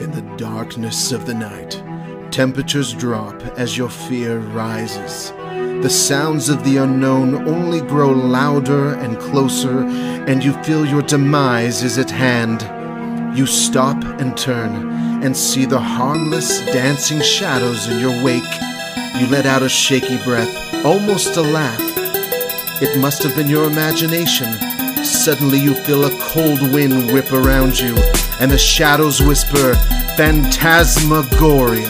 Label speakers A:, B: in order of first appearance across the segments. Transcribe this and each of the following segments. A: In the darkness of the night, temperatures drop as your fear rises. The sounds of the unknown only grow louder and closer, and you feel your demise is at hand. You stop and turn and see the harmless, dancing shadows in your wake. You let out a shaky breath, almost a laugh. It must have been your imagination. Suddenly, you feel a cold wind whip around you, and the shadows whisper, Phantasmagoria.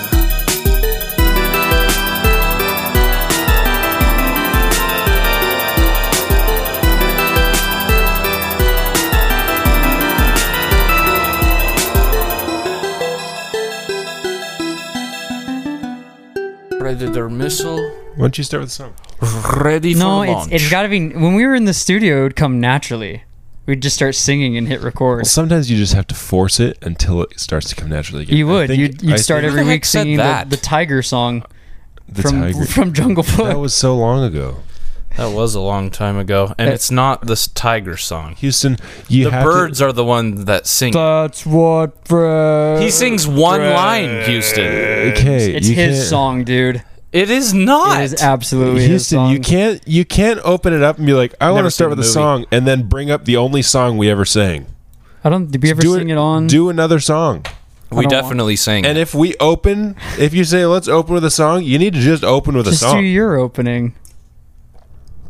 B: Predator missile
C: Why don't you start with the song?
B: ready
D: No,
B: for
D: it's,
B: launch.
D: it's gotta be. When we were in the studio, it would come naturally. We'd just start singing and hit record.
C: Sometimes you just have to force it until it starts to come naturally. Again.
D: You
C: I
D: would.
C: think-
D: You'd,
C: I
D: you'd start
C: think
D: every
B: Who the heck
D: week
B: said
D: singing the,
B: that?
D: the Tiger song
C: the
D: from
C: tiger.
D: from Jungle Book.
C: that was so long ago.
B: that was a long time ago, and it's not this tiger song.
C: Houston, you
B: The
C: have
B: birds are the one that sing.
D: That's what
B: He sings one line, Houston.
C: To, okay,
D: It's
C: you
D: his
C: can't-
D: song, dude.
B: It is not.
D: It is absolutely his
C: Houston,
D: song.
C: you can't you can't open it up and be like, I want
B: Never
C: to
B: seen
C: start with
B: the
C: a
B: movie.
C: song, and then bring up the only song we ever sang.
D: I don't. Did we ever
C: do
D: sing it, on?
C: Do another song.
B: we
D: don't want-
B: definitely sang.
C: And
B: And
C: if we open, if you say let's open with a song, you need to just open with
D: Just
C: a song.
D: do your opening.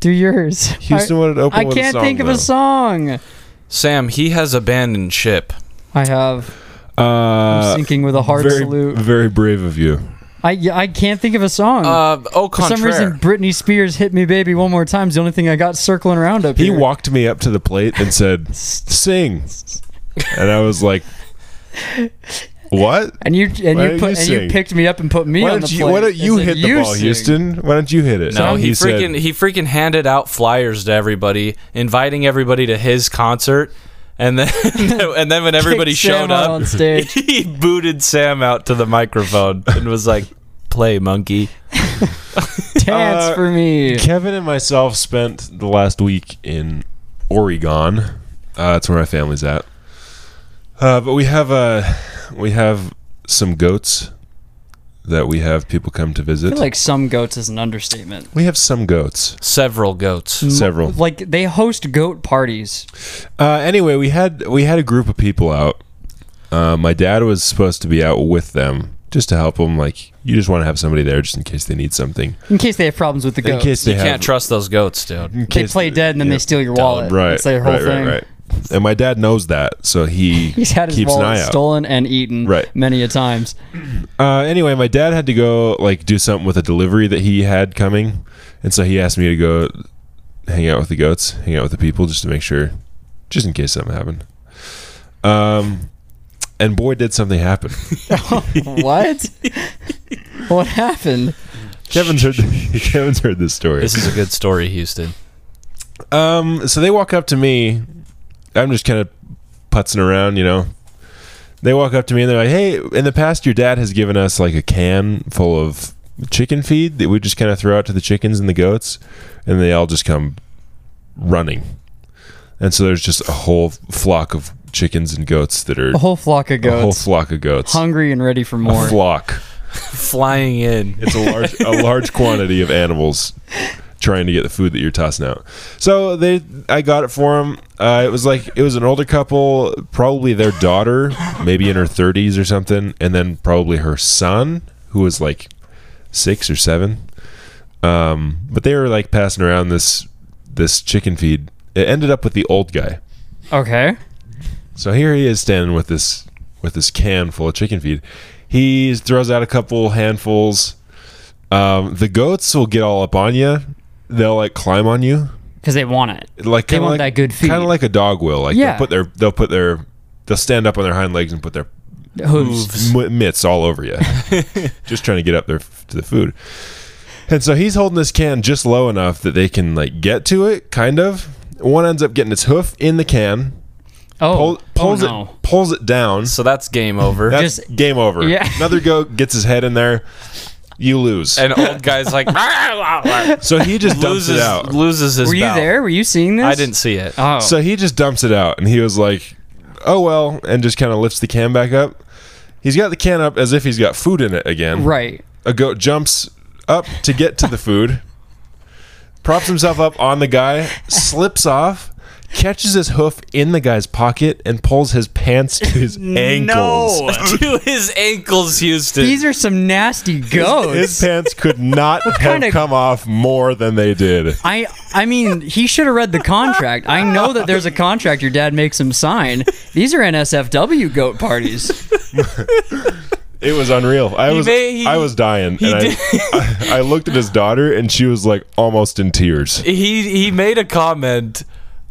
D: Do yours.
C: Houston
D: I,
C: wanted to open
D: I
C: with a
D: can't
C: song,
D: think of
C: though.
D: a song.
B: Sam, he has abandoned ship.
D: I have. I'm
C: Uh,
D: sinking with a hard
C: very,
D: salute.
C: very brave of you.
D: I yeah, I can't think of a song.
B: Uh, au
D: For some
B: contraire.
D: reason, Britney Spears "Hit Me, Baby" one more time is the only thing I got circling around up
C: He
D: here.
C: walked me up to the plate and said, "Sing," and I was like, "What?
D: and you and
C: Why
D: you
C: don't
D: put
C: you
D: and
C: sing?
D: you picked me up and put me
C: Why
D: on the
C: don't you?
D: plate.
C: Why don't
D: and
C: you
D: said,
C: hit the ball,
D: sing."
C: Houston? Why don't you hit it?"
B: no,
C: And
B: he,
C: said,
B: freaking he freaking handed out flyers to everybody, inviting everybody to his concert, and then and then when everybody
D: Kicked
B: showed
D: Sam out
B: up
D: on stage.
B: he booted Sam out to the microphone and was like, "Play, monkey."
D: Dance
C: Uh,
D: for me.
C: Kevin and myself spent the last week in Oregon. Uh, that's where my family's at. Uh, but we have uh, we have some goats that we have people come to
D: I
C: visit.
D: feel like some goats is an understatement.
C: we have some goats,
B: Several goats.
C: several.
D: Like they host goat parties.
C: Uh, anyway, we had we had a group of people out. Uh, my dad was supposed to be out with them just to help them. Like you just want to have somebody there just in case they need something.
D: In case they have problems with the
C: In
D: goats.
C: case they
B: You
C: have,
B: can't trust those goats, dude.
C: in
D: they
C: case-
D: play dead and then
C: yeah.
D: they steal your wallet.
C: Right.
D: That's their whole
C: right,
D: thing.
C: Right, right. And my dad knows that, so he
D: He's had his
C: keeps an
D: wallet
C: eye out.
D: stolen and eaten
C: Right.
D: many a times.
C: Uh, anyway, my dad had to go like do something with a delivery that he had coming, and so he asked me to go hang out with the goats, hang out with the people, just to make sure, just in case something happened. Um, and boy, did something happen.
D: what? what happened?
C: Kevin's heard Kevin's heard this story.
B: This is a good story, Houston.
C: Um, so they walk up to me. I'm just kind of putzing around, you know. They walk up to me and they're like, "Hey, in the past, your dad has given us like a can full of chicken feed that we just kind of throw out to the chickens and the goats, and they all just come running." And so there's just a whole flock of chickens and goats that are
D: A whole flock of
C: a whole
D: goats.
C: flock of goats.
D: hungry and ready for
C: a
D: more.
C: flock.
B: Flying in.
C: It's a large a large quantity of animals trying to get the food that you're tossing out. So they, I got it for them. Uh, it was like it was an older couple, probably their daughter, maybe in her 30s or something, and then probably her son, who was like six or seven. Um, but they were like passing around this this chicken feed. It ended up with the old guy.
D: Okay.
C: So here he is standing with this with this can full of chicken feed. He throws out a couple handfuls. Um, the goats will get all up on you. They'll like climb on you,
D: Because they want it.
C: like
D: They
C: kinda
D: want
C: like,
D: that good feed.
C: Kind of like a dog will. Like
D: Yeah.
C: they'll put their they'll put their they'll stand up on their hind legs and put their
D: Hooves.
C: m- mitts all over you, just trying to get up there f- to the food. And so he's holding this can just low enough that they can like get to it, kind of. One ends up getting its hoof in the can,
D: Oh,
C: pull, pulls
D: oh, no.
C: it pulls it down.
B: So that's game over.
C: That's
D: Just-
C: game over.
D: Yeah.
C: Another goat gets his head in there. You lose.
B: and old guy's like
C: so he just dumps
B: loses
C: it out.
B: loses his.
D: Were you
B: bow.
D: there? Were you seeing this?
B: I didn't see it.
D: Oh.
C: So he just dumps it out, and he was like, oh well, and just kind of lifts the can back up. He's got the can up as if he's got food in it again.
D: Right.
C: A goat jumps up to get to the food, props himself up on the guy, slips off, catches his hoof in the guy's pocket, and pulls his pants to his ankles.
E: No.
B: to his ankles, Houston.
D: These are some nasty goats.
C: His pants could not have
D: kinda-
C: come off more than they did.
D: I I mean, he should have read the contract. I know that there's a contract your dad makes him sign. These are NSFW goat parties.
C: It was unreal. I was
B: may- he-
C: I was dying. And I,
B: did-
C: I, I looked at his daughter and she was like almost in tears.
B: he he made a comment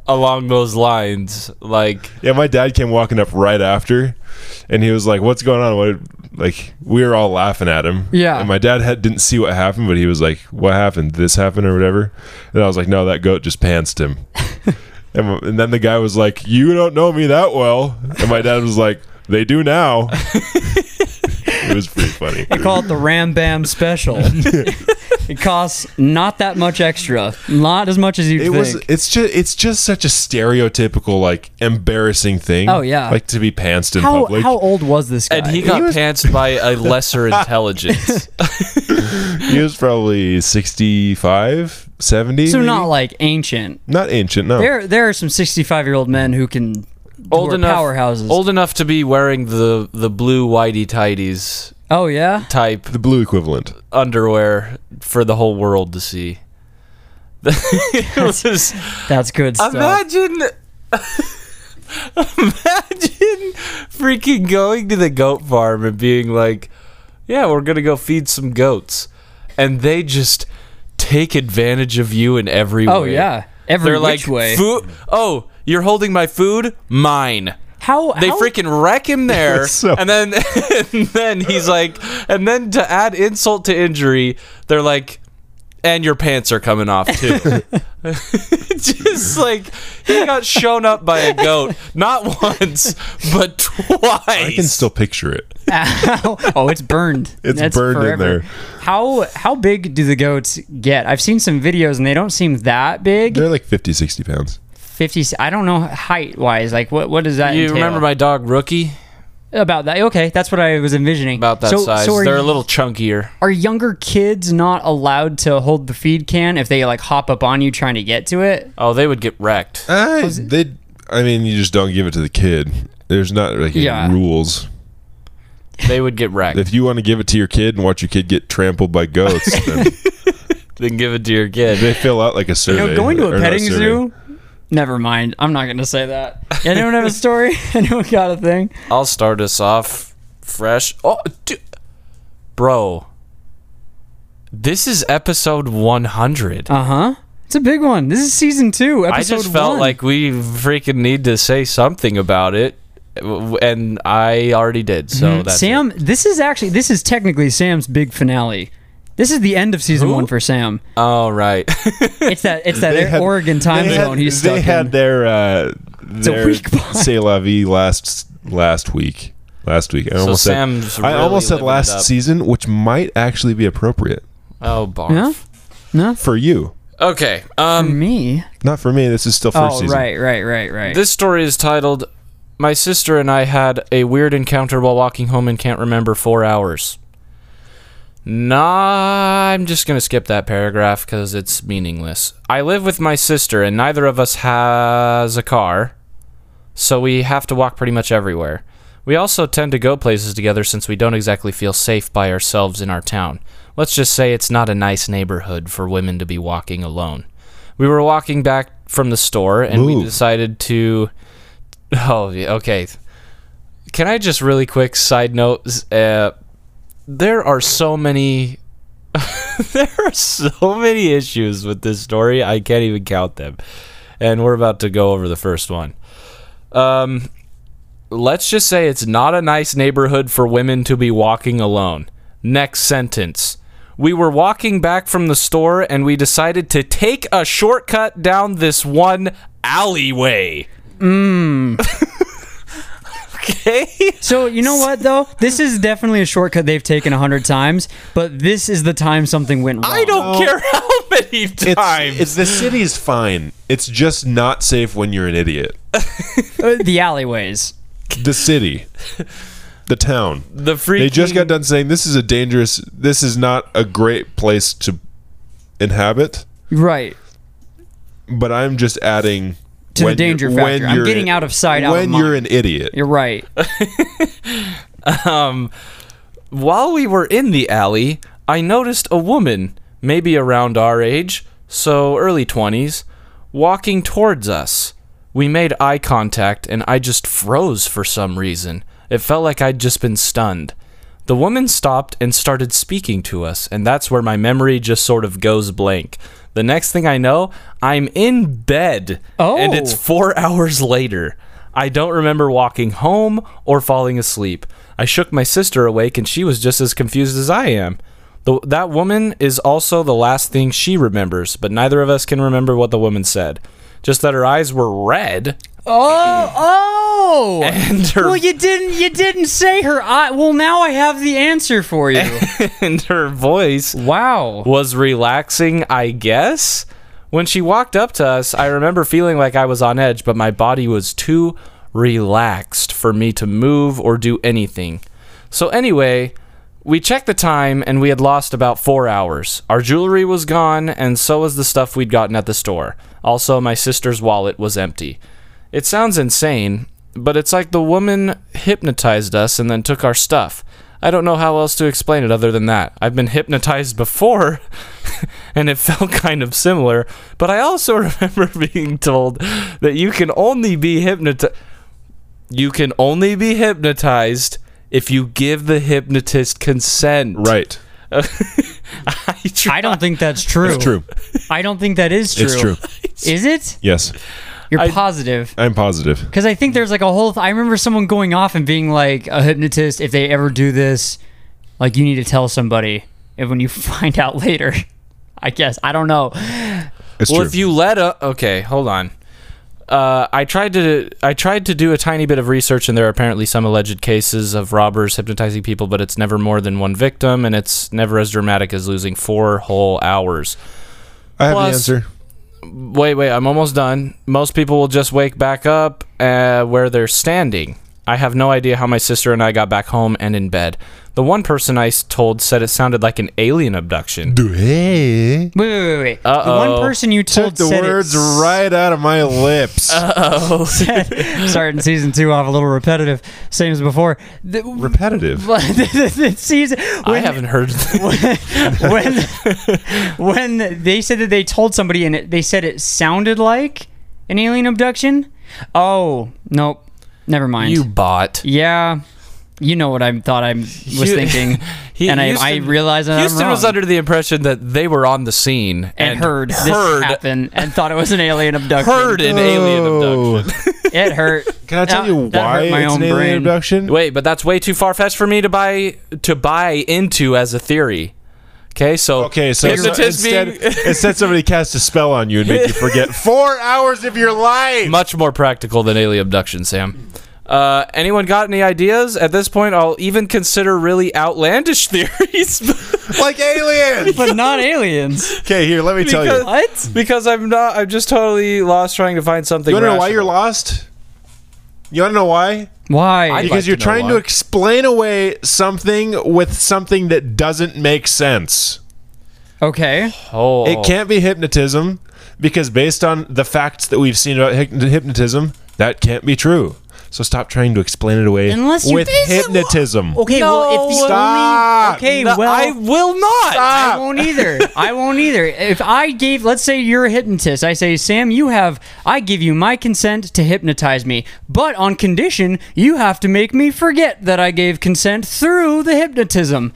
B: along those lines, like
C: Yeah, my dad came walking up right after and he was like, What's going on? What like we were all laughing at him.
D: Yeah.
C: And my dad had, didn't see what happened, but he was like, What happened? This happened or whatever? And I was like, No, that goat just pantsed him. and, and then the guy was like, You don't know me that well. And my dad was like, They do now. it was pretty funny.
D: They call it the Ram Bam Special. it costs not that much extra, not as much as you
C: it
D: think.
C: was it's just it's just such a stereotypical like embarrassing thing
D: Oh, yeah.
C: like to be pantsed in
D: how
C: public
D: how old was this guy?
B: and he got
C: was-
B: pantsed by a lesser intelligence.
C: he was probably 65 70
D: so
C: maybe?
D: not like ancient.
C: Not ancient no
D: There there are some 65 year old men who can
B: old
D: who are
B: enough
D: powerhouses.
B: Old enough to be wearing the the blue whitey tighties
D: oh yeah.
B: type
C: the blue equivalent
B: underwear for the whole world to see. It was-
D: That's good stuff.
B: imagine Imagine freaking going to the goat farm and being like, "Yeah, we're going to go feed some goats." And they just take advantage of you in every
D: oh
B: way.
D: yeah. Every
B: They're
D: which
B: like,
D: way.
B: "Food? Oh, you're holding my food? Mine."
D: how
B: They
D: how-
B: freaking wreck him there,
C: So-
B: and then and then he's like, and then to add insult to injury, they're like, and your pants are coming off too. Just like he got shown up by a goat, not once but twice.
C: i can still picture it
D: oh, it's burned.
C: It's burned in there.
D: How how big do the goats get? I've seen some videos and they don't seem that big.
C: they're like 50 60 pounds
D: Fifty. I don't know height wise. Like what what does that?
B: you
D: entail?
B: remember my dog Rookie?
D: about that? Okay, that's what I was envisioning.
B: About that
D: so,
B: size,
D: So are,
B: they're a little chunkier.
D: are younger kids not allowed to hold the feed can if they like hop up on you trying to get to it?
B: Oh, they would get wrecked.
C: i they i mean you just don't give it to the kid there's not like any
D: Yeah.
C: rules
B: They would get wrecked.
C: if you want to give it to your kid and watch your kid get trampled by goats then
B: then give it to your kid.
C: they fill out like a
D: You
C: survey
D: know, going to
C: or
D: a
C: not
D: petting
C: survey.
D: zoo. Never mind. I'm not gonna say that. Anyone have a story? Anyone got a thing?
B: I'll start us off fresh. Oh, dude. bro, this is episode 100.
D: Uh huh. It's a big one. This is season two, episode
B: I just felt
D: one.
B: like we freaking need to say something about it, w- and I already did. So that's
D: Mm-hmm. Sam, this is actually this is technically Sam's big finale. This is the end of season one for Sam.
B: it. all right.
D: It's that it's that
C: They had-
D: Oregon time
C: they
D: zone
C: had-
D: he's stuck
C: They had
D: in.
C: their uh,
D: a
C: their
D: weak bond.
C: say la vie last last week. Last week, I almost
B: Sam's
C: said
B: really
C: I almost said
B: living it up.
C: last season, which might actually be appropriate
B: oh barf.
D: Yeah?
C: for you,
B: Okay. Um,
D: me.
C: not for me. This is still first
D: Oh,
C: season.
D: right, right, right, right.
B: this story is titled "My sister and I had a weird encounter while walking home and can't remember four hours." Nah, I'm just going to skip that paragraph because it's meaningless. I live with my sister, and neither of us has a car, so we have to walk pretty much everywhere. We also tend to go places together since we don't exactly feel safe by ourselves in our town. Let's just say it's not a nice neighborhood for women to be walking alone. We were walking back from the store, and we
C: Move.
B: decided to. Oh, yeah, okay. Can I just really quick side note? Uh, there are so many there are so many issues with this story i can't even count them and we're about to go over the first one um let's just say it's not a nice neighborhood for women to be walking alone next sentence we were walking back from the store and we decided to take a shortcut down this one alleyway mm. okay
D: so you know what though? This is definitely a shortcut they've taken a hundred times, but this is the time something went wrong.
B: i don't care how many
C: Oh. It's,
B: times
C: it's the city's fine. It's just not safe when you're an idiot.
D: Uh, the alleyways.
C: the city, the town.
B: The freaking
C: They just got done saying this is a dangerous. This is not a great place to inhabit.
D: Right.
C: But I'm just adding
D: To the
C: when you're-
D: danger
C: when
D: factor. I'm
C: you're
D: getting out of sight, out of
C: When you're
D: mind.
C: an idiot,
D: You're right.
B: While we were in the alley, I noticed a woman, maybe around our age, so early 20s, walking towards us. We made eye contact and I just froze for some reason. It felt like I'd just been stunned. The woman stopped and started speaking to us, and that's where my memory just sort of goes blank. The next thing I know, I'm in bed, and it's
D: Oh.
B: Four hours later, I don't remember walking home or falling asleep. I shook my sister awake and she was just as confused as I am. The, that woman is also the last thing she remembers, but neither of us can remember what the woman said. Just that her eyes were red
D: Oh, oh.
B: and her,
D: well, you didn't. You didn't say her. I, well, now I have the answer for you.
B: and her voice
D: wow.
B: was relaxing, I guess. When she walked up to us, I remember feeling like I was on edge, but my body was too relaxed for me to move or do anything. So, anyway, we checked the time and we had lost about four hours. Our jewelry was gone, and so was the stuff we'd gotten at the store. Also, my sister's wallet was empty. It sounds insane, but it's like the woman hypnotized us and then took our stuff. I don't know how else to explain it other than that. I've been hypnotized before, and it felt kind of similar, but I also remember being told that you can only be hypnotized. You can only be hypnotized if you give the hypnotist consent.
C: right?
B: I
D: I don't think that's true.
C: It's true.
D: I don't think that is true.
C: It's true.
D: Is it?
C: Yes,
D: You're
B: I-
D: positive.
C: I'm positive.
D: Because I think there's like a whole. Th- I remember someone going off and being like, a hypnotist, if they ever do this, like you need to tell somebody. And when you find out later, I guess. I don't know.
C: It's
B: well,
C: true.
B: if you let a okay, hold on. Uh, I tried to I tried to do a tiny bit of research, and there are apparently some alleged cases of robbers hypnotizing people, but it's never more than one victim, and it's never as dramatic as losing four whole hours.
C: I have
B: plus-
C: the answer.
B: Wait, wait, I'm almost done. Most people will just wake back up uh, where they're standing. I have no idea how my sister and I got back home and in bed. The one person I s- told said it sounded like an alien abduction.
D: Wait, wait, wait, wait. The
B: Uh-oh.
D: one person you told
C: Took the
D: said it Uh,
C: words
D: s-
C: right out of my lips.
D: starting season two off a little repetitive, same as before. The,
C: Repetitive.
D: but the, the season
B: I
D: when,
B: haven't heard.
D: when when they said that they told somebody and it, they said it sounded like an alien abduction. Oh nope, never mind.
B: you bought.
D: yeah, you know what I thought I was
B: Hu-
D: thinking,
B: He-
D: and I, I
B: Houston-
D: realized that
B: Houston
D: I'm wrong.
B: was under the impression that they were on the scene and,
D: and heard,
B: heard,
D: this happen and thought it was an alien abduction.
B: heard an alien abduction.
D: it hurt.
C: Oh. Can I tell
D: That-
C: you
D: that hurt
C: why it's
D: my
C: an
D: own
C: alien
D: brain.
C: abduction?
B: Wait, but that's way too far fetched for me to buy to buy into as a theory. Okay, so
C: Okay, so
B: hypnotist
C: instead,
B: being
C: instead somebody casts a spell on you and make you forget four hours of your life.
B: much more practical than alien abduction, Sam. Uh, anyone got any ideas? At this point, I'll even consider really outlandish theories
C: like aliens.
D: but not aliens.
C: okay, here, let me tell
B: Because-
C: you.
D: What?
B: because I'm not. I'm just totally lost trying to find something.
C: You want to know why
B: rational.
C: you're lost? You want to know why?
B: I-
D: Why?
B: I'd like
C: Because
B: to
C: you're
B: know
C: trying to
B: why.
C: explain away something with something that doesn't make sense.
D: okay.
B: Oh,
C: It can't be hypnotism because based on the facts that we've seen about hyp- hypnotism, that can't be true. So stop trying to explain it away
D: Unless you-
C: with hypnotism.
D: Okay, well, if the
C: Stop.
D: only okay,
B: No,
D: well,
B: I will not.
D: I won't either. I won't either. If I gave, let's say you're a hypnotist, I say, Sam, you have, I give you my consent to hypnotize me, but on condition you have to make me forget that I gave consent through the hypnotism.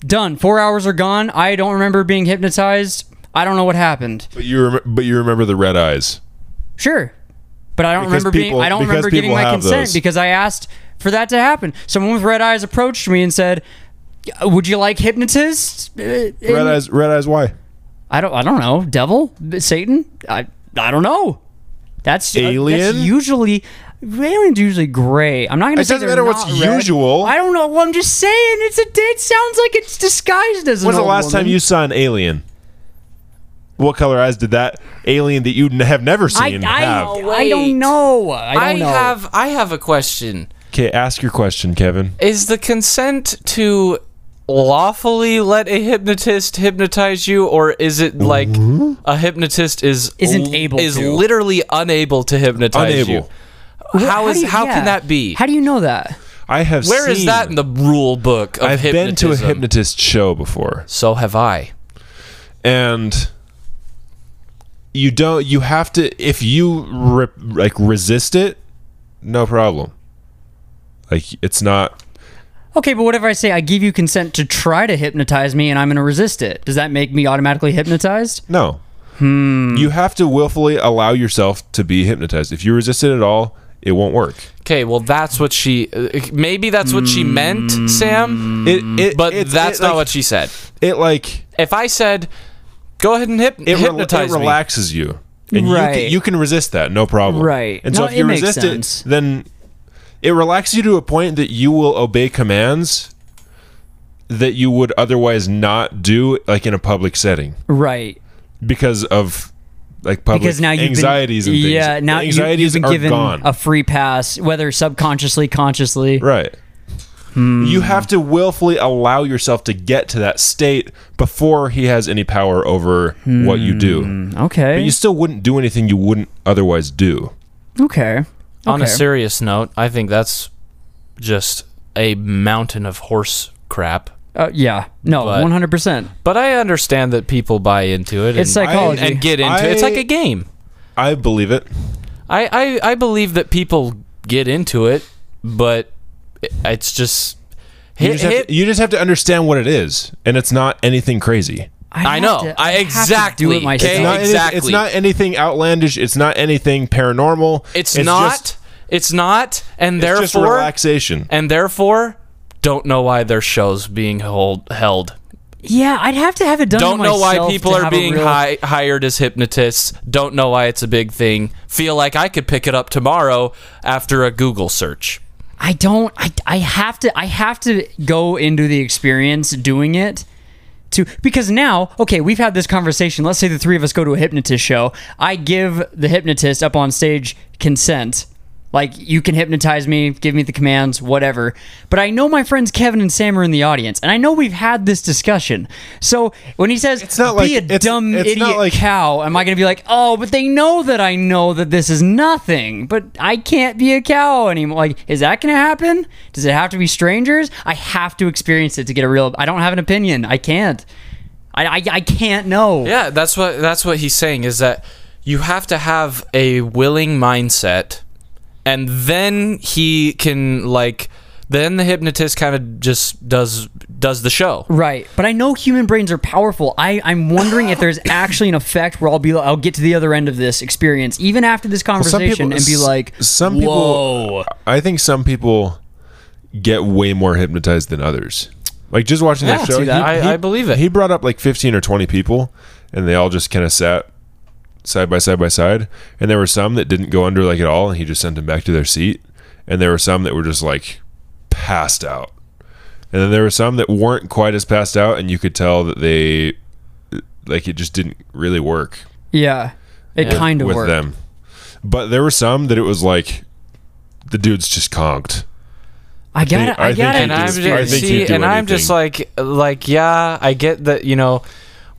D: Done. Four hours are gone. I don't remember being hypnotized. I don't know what happened.
C: But you, rem- but you remember the red eyes.
D: Sure. But I don't
C: Because
D: remember
C: people-
D: being I don't
C: because
D: remember giving
C: people
D: my
C: have
D: consent
C: those.
D: because I asked for that to happen. Someone with red eyes approached me and said, "Would you like Uh, hypnotist?" Red
C: Red eyes. Red eyes. Why?
D: I don't I don't know. Devil? Satan? I I don't know. That's uh, that's
C: Alien?
D: usually alien's usually gray. I'm not gonna
C: It
D: say
C: doesn't
D: they're
C: matter what's
D: not red.
C: usual.
D: I don't know. Well, I'm just saying it's a it sounds like it's disguised as an
C: When's the
D: old
C: last time
D: woman.
C: you saw an alien? What color eyes did that alien that you n- have never
D: I,
C: seen have.
D: I, I
B: Wait.
D: don't know. I don't
B: I
D: know.
B: have I have a question.
C: Okay, ask your question, Kevin.
B: Is the consent to lawfully let a hypnotist hypnotize you, or is it like
C: Mm-hmm.
B: a hypnotist is
D: Isn't able
B: is
D: to.
B: literally unable to hypnotize
C: Unable.
B: you? How is
D: do you-
B: how
D: yeah.
B: can that be?
D: How do you know that?
C: I have.
B: Where is
C: seen-
B: that in the rule book of
C: I've been to a
B: hypnotism?
C: hypnotist show before,
B: So have I.
C: and you don't. You have to if you re, like resist it, no problem. Like it's not.
D: Okay, but what if I say I give you consent to try to hypnotize me and I'm going to resist it? Does that make me automatically hypnotized?
C: No.
B: Hmm.
C: You have to willfully allow yourself to be hypnotized. If you resist it at all, it won't work.
B: Okay, well that's what she. uh, Maybe that's what she meant, Sam.
C: It, Mm. it
B: Hmm. But
C: it's-
B: that's
C: it,
B: not
C: like-
B: what she said.
C: it like
B: If I said, "Go ahead and hyp-
C: it, rel- it
B: hypnotize me,"
C: relaxes you, and you
D: Right.
C: can, you can resist that, no problem.
D: Right.
C: And so
D: No,
C: if
D: it
C: you
D: makes
C: resist
D: sense.
C: it, then it relaxes you to a point that you will obey commands that you would otherwise not do, like in a public setting,
D: Right.
C: because of like public
D: Because now you've
C: anxieties
D: been,
C: and things.
D: yeah. Now you-
C: anxieties
D: you've been
C: are
D: given
C: gone.
D: a free pass, whether subconsciously, consciously.
C: Right.
D: Hmm.
C: You have to willfully allow yourself to get to that state before he has any power over what you do.
D: Okay.
C: But you still wouldn't do anything you wouldn't otherwise do.
D: okay.
B: On a
D: Okay.
B: serious note, I think that's just a mountain of horse crap.
D: Uh, yeah. No.
B: But-
D: One hundred percent.
B: But I understand that people buy into it
D: It's
B: and,
D: psychology.
B: and get into it. It's
C: I-
B: like a game.
C: I believe it.
B: I, I, I believe that people get into it, but it- it's just.
C: You,
B: Hit,
C: just have
B: hit,
C: to, you just have to understand what it is, and it's not anything crazy.
B: I
D: have
B: know.
D: to-
B: I
D: have to do
B: exactly-
D: it myself.
B: okay?
C: It's not anyth- it's
B: exactly.
C: not anything outlandish. It's not anything paranormal.
B: it's, not.
C: Just,
B: it's not. And
C: it's just
B: therefore.
C: relaxation.
B: and therefore, don't know why their show's being hold, held.
D: Yeah, I'd have to have it done.
B: Don't
D: to
B: know why
D: myself
B: people
D: to
B: are
D: have a
B: being
D: real-
B: hi- hired as hypnotists. Don't know why it's a big thing. Feel like I could pick it up tomorrow after a Google search.
D: I don't. I, I have to. I have to go into the experience doing it. To because now, okay, we've had this conversation. Let's say the three of us go to a hypnotist show. I give the hypnotist up on stage consent. Like you can hypnotize me, give me the commands, whatever. But I know my friends Kevin and Sam are in the audience, and I know we've had this discussion. So when he says,
C: not like-
D: "Be a
C: it's-
D: dumb
C: it's
D: idiot
C: not like-
D: cow," am I going to be like, "Oh, but they know that I know that this is nothing, but I can't be a cow anymore"? Like, is that going to happen? Does it have to be strangers? I have to experience it to get a real. I don't have an opinion. I can't. I I, I can't know.
B: Yeah, that's what that's what he's saying is that you have to have a willing mindset and then he can like then the hypnotist kind of just does does the show.
D: Right, but I know human brains are powerful. I, I'm wondering if there's actually an effect where I'll be, I'll get to the other end of this experience, even after this conversation, and be
C: s-
D: like,
C: some people-
D: "Whoa."
C: I think some people get way more hypnotized than others. Like just watching
D: Yeah,
C: that show,
D: see that.
B: I- I believe it.
C: He brought up like fifteen or twenty people, and they all just kind of sat side by side by side. And there were some that didn't go under like at all, and he just sent them back to their seat. And there were some that were just like passed out. And then there were some that weren't quite as passed out, and you could tell that they like it just didn't really work
D: yeah, it kind of
C: with
D: worked.
C: them. But there were some that it was like the dude's just conked.
D: I got it.
C: I
D: I
C: think
D: got
C: you
D: it.
B: and
C: do.
B: I'm
C: just- I
B: just,
C: think
B: see,
C: he'd do
B: and I'm just like, like, yeah, I get that. You know,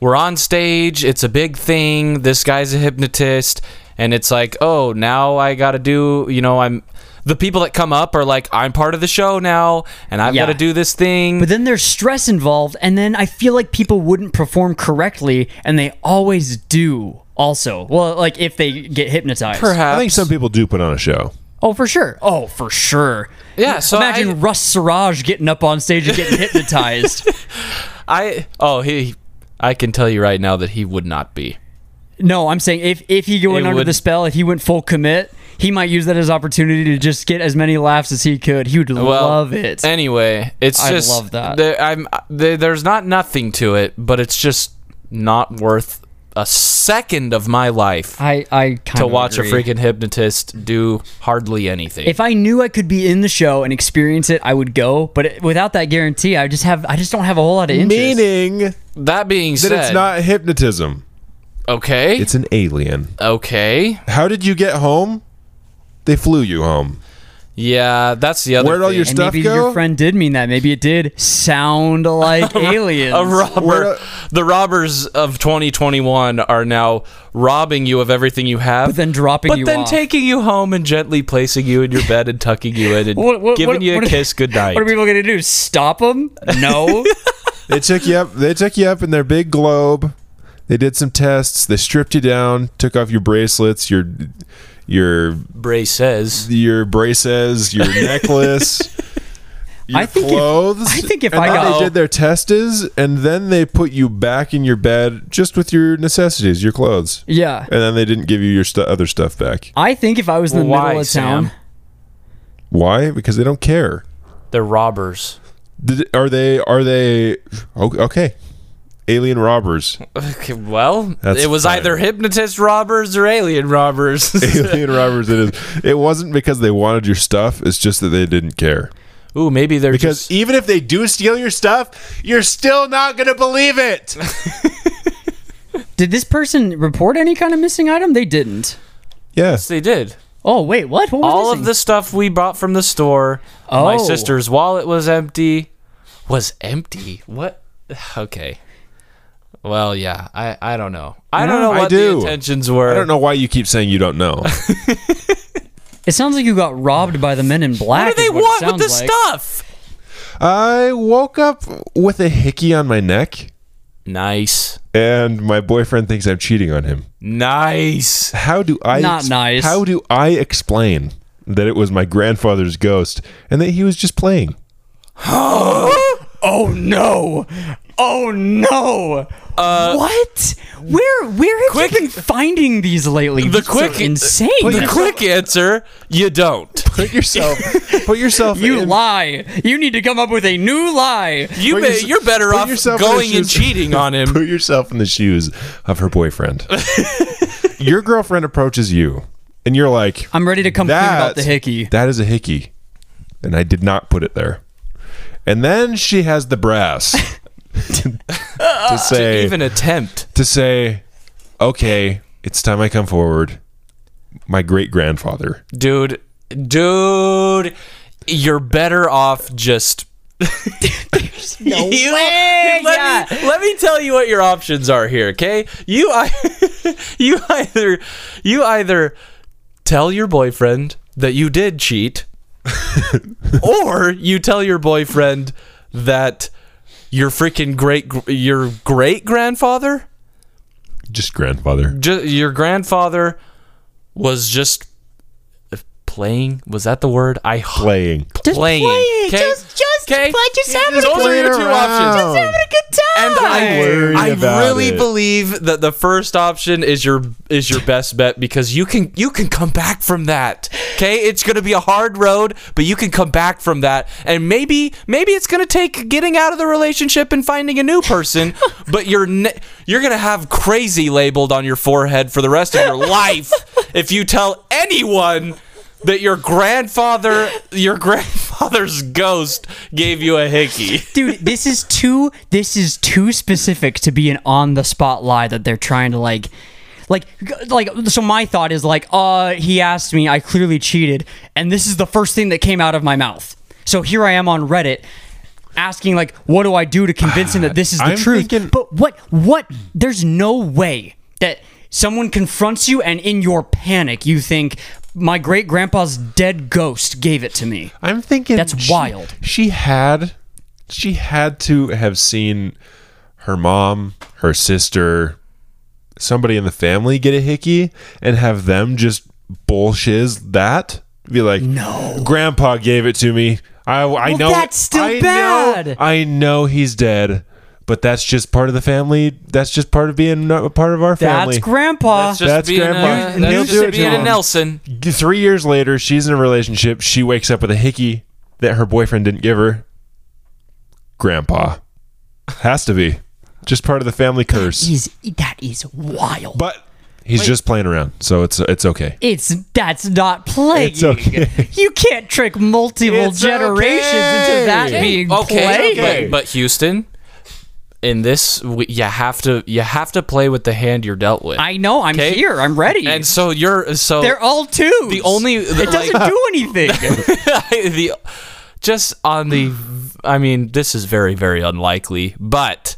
B: we're on stage; it's a big thing. This guy's a hypnotist, and it's like, oh, now I got to do. You know, I'm the people that come up are like, I'm part of the show now, and I've
D: Yeah.
B: got to do this thing.
D: But then there's stress involved, and then I feel like people wouldn't perform correctly, and they always do. Also, well, like if they get hypnotized.
B: Perhaps,
C: I think some people do put on a show.
D: Oh, for sure. Oh, for sure.
B: yeah. So
D: Imagine
B: I,
D: Russ Siraj getting up on stage and getting hypnotized.
B: I, oh, he, I can tell you right now that he would not be.
D: No, I'm saying if if he went
B: It
D: under
B: would-
D: the spell, if he went full commit, he might use that as opportunity to just get as many laughs as he could. He would
B: Well,
D: love it.
B: Anyway, it's
D: I
B: just
D: love that.
B: there- I'm uh, there, there's not nothing to it, but it's just not worth a second of my life
D: I I kind
B: to watch a freaking hypnotist do hardly anything.
D: If I knew I could be in the show and experience it, I would go. But it, without that guarantee, I just have I just don't have a whole lot of interest.
C: Meaning that
B: that being said,
C: it's not hypnotism.
B: Okay.
C: It's an alien.
B: okay.
C: How did you get home? They flew you home.
B: Yeah, that's the other.
C: Where'd all
B: thing.
C: your
D: And
C: Stuff
D: maybe
C: go?
D: your friend did mean that. Maybe it did sound like aliens.
B: a robber.
C: Where'd
B: the robbers of 2021 are now robbing you of everything you have,
D: But then dropping
B: but
D: you
B: then
D: off.
B: taking you home and gently placing you in your bed and tucking you in and
D: What- what-
B: giving
D: what-
B: you a
D: what are-
B: kiss goodnight.
D: What are people gonna do? Stop them? No.
C: They took you up. They took you up in their big globe. They did some tests. They stripped you down, took off your bracelets, your your
B: Bray says.
C: your braces, your necklace, your
D: I think if-
C: clothes.
D: I think if
C: and
D: I
C: then
D: got-
C: they did their tests, and then they put you back in your bed just with your necessities, your clothes,
D: yeah.
C: and then they didn't give you your stu other stuff back.
D: I think if I was in the
B: Why,
D: middle of town,
B: Sam?
C: Why? Because they don't care.
B: They're robbers.
C: Did, are they? Are they? o- Okay, alien robbers,
B: Okay, well,
C: That's
B: it was
C: fine.
B: either hypnotist robbers or alien robbers.
C: alien robbers. It is. It wasn't because they wanted your stuff. It's just that they didn't care.
B: Ooh, maybe they're
C: Because
B: just.
C: even if they do steal your stuff, you're still not gonna believe it.
D: did this person report any kind of missing item? They didn't.
C: yeah.
B: They did.
D: Oh wait, what? What was
B: All of
D: missing?
B: the stuff we bought from the store. My
D: Oh.
B: sister's wallet was empty. Was empty? What? Okay. Well, yeah. I, I don't know. I don't know
C: I
B: what
C: do.
B: the intentions were.
C: I don't know why you keep saying you don't know.
D: It sounds like you got robbed by the men in black.
B: What do
D: is
B: they
D: it
B: want with
D: sounds
B: the
D: like.
B: stuff?
C: I woke up with a hickey on my neck,
B: Nice.
C: and my boyfriend thinks I'm cheating on him.
B: Nice.
C: How do I?
D: Not nice.
C: How do I explain that it was my grandfather's ghost and that he was just playing?
D: Oh no! Oh no! what? Where where have
B: Uh, quick-
D: you been finding these
B: The
D: lately? These are
B: quick-
D: insane.
B: The quick answer you don't.
C: Put yourself. put yourself.
D: you
C: in,
D: lie. You need to come up with a new lie.
B: You
C: Put
B: may,
C: yourse-
B: you're better
C: put
B: off
C: yourself in
B: going
C: his
B: and
C: shoes.
B: cheating on him.
C: Put yourself in the shoes of her boyfriend. Your girlfriend approaches you, and you're like,
D: I'm ready to come clean
C: that,
D: about the hickey.
C: That is a hickey. And I did not put it there. And then she has the brass to, to say
B: Even attempt.
C: to say, okay, it's time I come forward. My great grandfather.
B: Dude, dude, you're better off just
D: No
B: You-
D: way!
B: Let,
D: yeah.
B: me, let me tell you what your options are here, okay? You I, you either you either tell your boyfriend that you did cheat or you tell your boyfriend that your freaking great your great grandfather
C: Just grandfather.
B: ju- your grandfather was just playing was that the word i
C: Playing.
B: playing.
D: playing.
B: 'Kay?
D: Just- just
B: 'Kay?
D: play- just having
B: Those
D: a
B: are your
C: good
B: two
C: time.
B: options.
C: Just having a
D: good time.
B: And
C: Worried
B: I, I
C: about
B: really
C: it.
B: believe that the first option is your is your best bet because you can you can come back from that. Okay, it's gonna be a hard road, but you can come back from that, and maybe maybe it's gonna take getting out of the relationship and finding a new person. but you're ne- you're gonna have crazy labeled on your forehead for the rest of your life if you tell anyone that your grandfather your grandfather's ghost gave you a hickey.
D: Dude, this is too this is too specific to be an on the spot lie that they're trying to like like like so my thought is like uh he asked me I clearly cheated and this is the first thing that came out of my mouth. So here I am on Reddit asking like what do I do to convince him that this is the
C: I'm
D: truth?
C: thinking-
D: but what what there's no way that someone confronts you and in your panic you think my great grandpa's dead ghost gave it to me.
C: I'm thinking
D: That's
C: she-
D: wild.
C: She had she had to have seen her mom, her sister, somebody in the family get a hickey and have them just bullshiz that. Be like, no, grandpa gave it to me. I, I know
D: that's still
C: I know-
D: bad.
C: I know he's dead, but that's just part of the family. That's just part of being a part of our family.
D: That's grandpa.
B: That's just
C: That's
B: being
C: grandma.
B: a,
C: You- you'll
B: that's
C: do
B: just
C: it,
B: being a
C: John.
B: Nelson.
C: Three years later, she's in a relationship. She wakes up with a hickey that her boyfriend didn't give her. Grandpa. Has to be. Just part of the family curse.
D: is that is wild.
C: But he's just playing around, so it's it's okay.
D: It's that's not playing.
C: It's okay.
D: You can't trick multiple
C: It's
D: generations
C: okay.
D: into that
C: Okay,
D: being
B: Okay,
D: playing.
C: okay.
B: But, but Houston, in this, we, you have to you have to play with the hand you're dealt with.
D: I know. I'm
B: 'Kay?
D: here. I'm ready.
B: and so you're so
D: They're all two.
B: the only the,
D: It doesn't do anything.
B: the just on the I mean, this is very very unlikely, but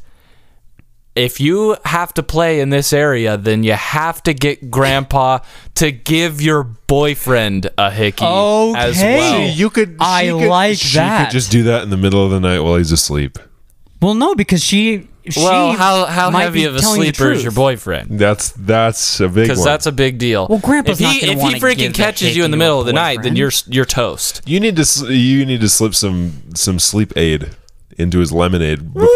B: if you have to play in this area, then you have to get grandpa to give your boyfriend a hickey as
D: Okay.
B: well.
A: You could.
D: I
A: she could-
D: like
C: She
D: that.
C: could just do that in the middle of the night while he's asleep.
D: well, no, because she. she
B: Well, how how
D: might
B: heavy
D: be
B: of a
D: telling the
B: sleeper is
D: truth.
B: your boyfriend?
C: That's that's a big
B: Because
C: one.
B: that's a big deal.
D: Well, Grandpa's
B: if
D: not
B: he
D: gonna
B: if
D: wanna
B: he
D: give
B: freaking
D: the
B: catches
D: hickey
B: you in the
D: to a
B: middle of the night, then
D: boyfriend.
B: you're you're toast.
C: you need to sl- you need to slip some some sleep aid into his lemonade before,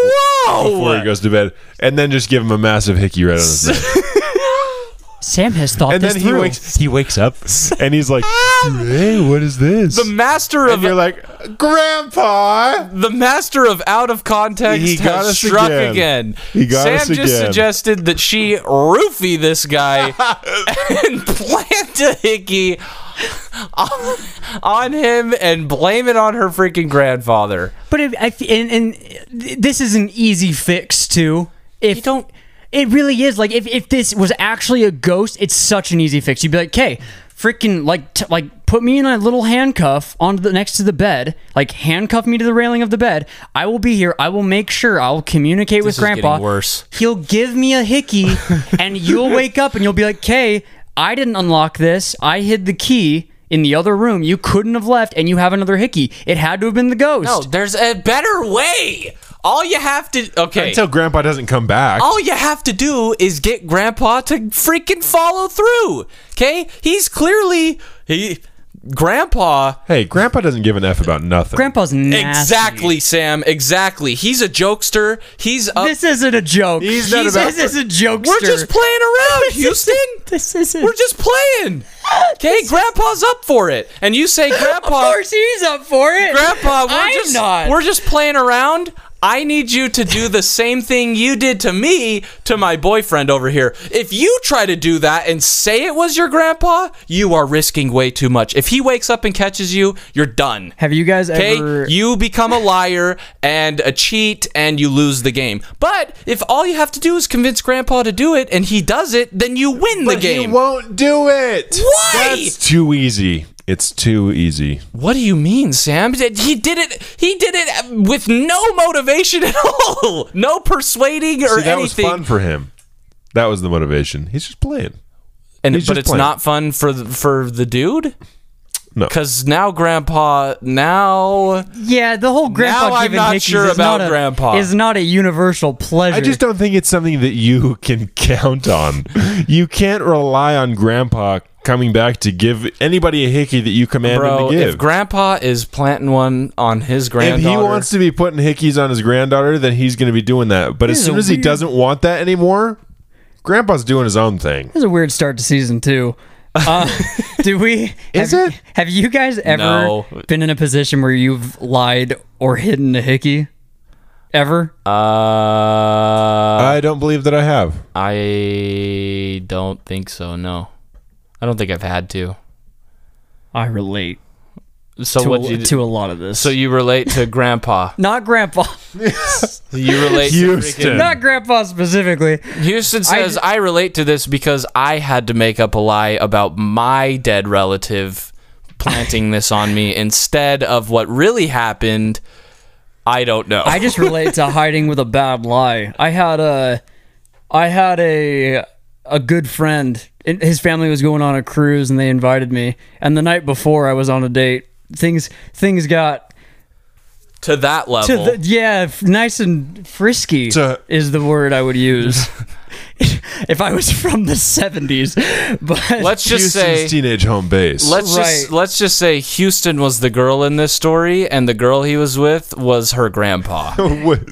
C: before he goes to bed, and then just give him a massive hickey right on his neck.
D: Sam has thought
C: And
D: this
C: then he
D: through.
C: wakes he wakes up and he's like, "Hey, what is this?"
B: The master of
C: and you're like, "Grandpa."
B: the master of out of context
C: He got
B: has
C: us
B: struck
C: again.
B: again.
C: He got
B: Sam
C: us
B: just
C: again.
B: suggested that she roofie this guy and plant a hickey on, on him and blame it on her freaking grandfather.
D: But if, if and, and this is an easy fix too. If you don't, it really is. Like if, if this was actually a ghost, it's such an easy fix. You'd be like, okay, freaking like t- like put me in a little handcuff onto the next to the bed, like handcuff me to the railing of the bed. I will be here. I will make sure. I'll communicate with
B: is getting
D: Grandpa.
B: worse.
D: He'll give me a hickey, and you'll wake up and you'll be like, "Okay, I didn't unlock this. I hid the key." In the other room, you couldn't have left, and you have another hickey. It had to have been the ghost.
B: No, there's a better way. All you have to okay.
C: Until Grandpa doesn't come back.
B: all you have to do is get grandpa to freaking follow through. Okay? He's clearly he grandpa
C: Hey, Grandpa doesn't give an f about nothing.
D: Grandpa's nasty.
B: Exactly, Sam. Exactly. He's a jokester. He's up.
D: This isn't a joke.
C: He's not
D: Jesus,
C: about-
D: This is a jokester.
B: We're just playing around, Houston.
D: This isn't.
B: We're just playing. Okay, Grandpa's up for it, and you say,
D: Of
B: Grandpa,
D: course, he's up for it.
B: Grandpa, we're
D: I'm
B: just
D: not.
B: we're just playing around. I need you to do the same thing you did to me to my boyfriend over here. If you try to do that and say it was your grandpa, you are risking way too much. If he wakes up and catches you, you're done.
D: Have you guys
B: Okay,
D: ever?
B: you become a liar and a cheat and you lose the game. But if all you have to do is convince grandpa to do it and he does it, then you win the
A: But he
B: game.
A: won't do it.
B: Why?
C: That's too easy. It's too easy.
B: what do you mean, Sam? Did- He did it he did it with no motivation at all. No persuading or
C: See, that was
B: anything.
C: fun for him. That was the motivation. He's just playing.
B: and
C: He's
B: but
C: just
B: it's
C: playing.
B: not fun for the, for the dude?
C: No.
B: Cuz now grandpa now
D: yeah, the whole grandpa
B: Now I'm
D: giving
B: not
D: hickeys
B: sure
D: is
B: about
D: not a,
B: Grandpa.
D: Is not a universal pleasure.
C: I just don't think it's something that you can count on. you can't rely on Grandpa coming back to give anybody a hickey that you command him
B: bro,
C: to
B: if
C: give.
B: grandpa is planting one on his
C: if
B: granddaughter
C: he wants to be putting hickeys on his granddaughter, then he's going to be doing that. But as
D: is
C: soon
D: a
C: as he
D: weird-
C: doesn't want that anymore, Grandpa's doing his own thing.
D: This is a weird start to season two. Uh, do we?
C: Is
D: have,
C: it?
D: Have you guys ever
B: No.
D: been in a position where you've lied or hidden a hickey? Ever?
B: Uh,
C: I don't believe that I have.
B: I don't think so. No, I don't think I've had to.
D: I relate
B: So
D: to,
B: what?
D: a,
B: you d-
D: to a lot of this.
B: so you relate to Grandpa?
D: not grandpa,
B: You relate
C: Houston.
B: to
D: not grandpa specifically.
B: freaking- Houston
D: I
B: says I, relate to this because I had to make up a lie about my dead relative planting this on me instead of what really happened. I don't know.
D: I just relate to hiding with a bad lie. I had a, I had a, a good friend. and His family was going on a cruise and they invited me. And the night before, I was on a date. Things things got
B: to that
D: to
B: level.
D: the, yeah, f- nice and frisky
C: To-
D: is the word I would use if I was from the seventies. But
B: Let's just
C: Houston's
B: say
C: teenage home base.
B: Let's
D: Right.
B: just let's just say Houston was the girl in this story, and the girl he was with was her
D: Um,
B: grandpa.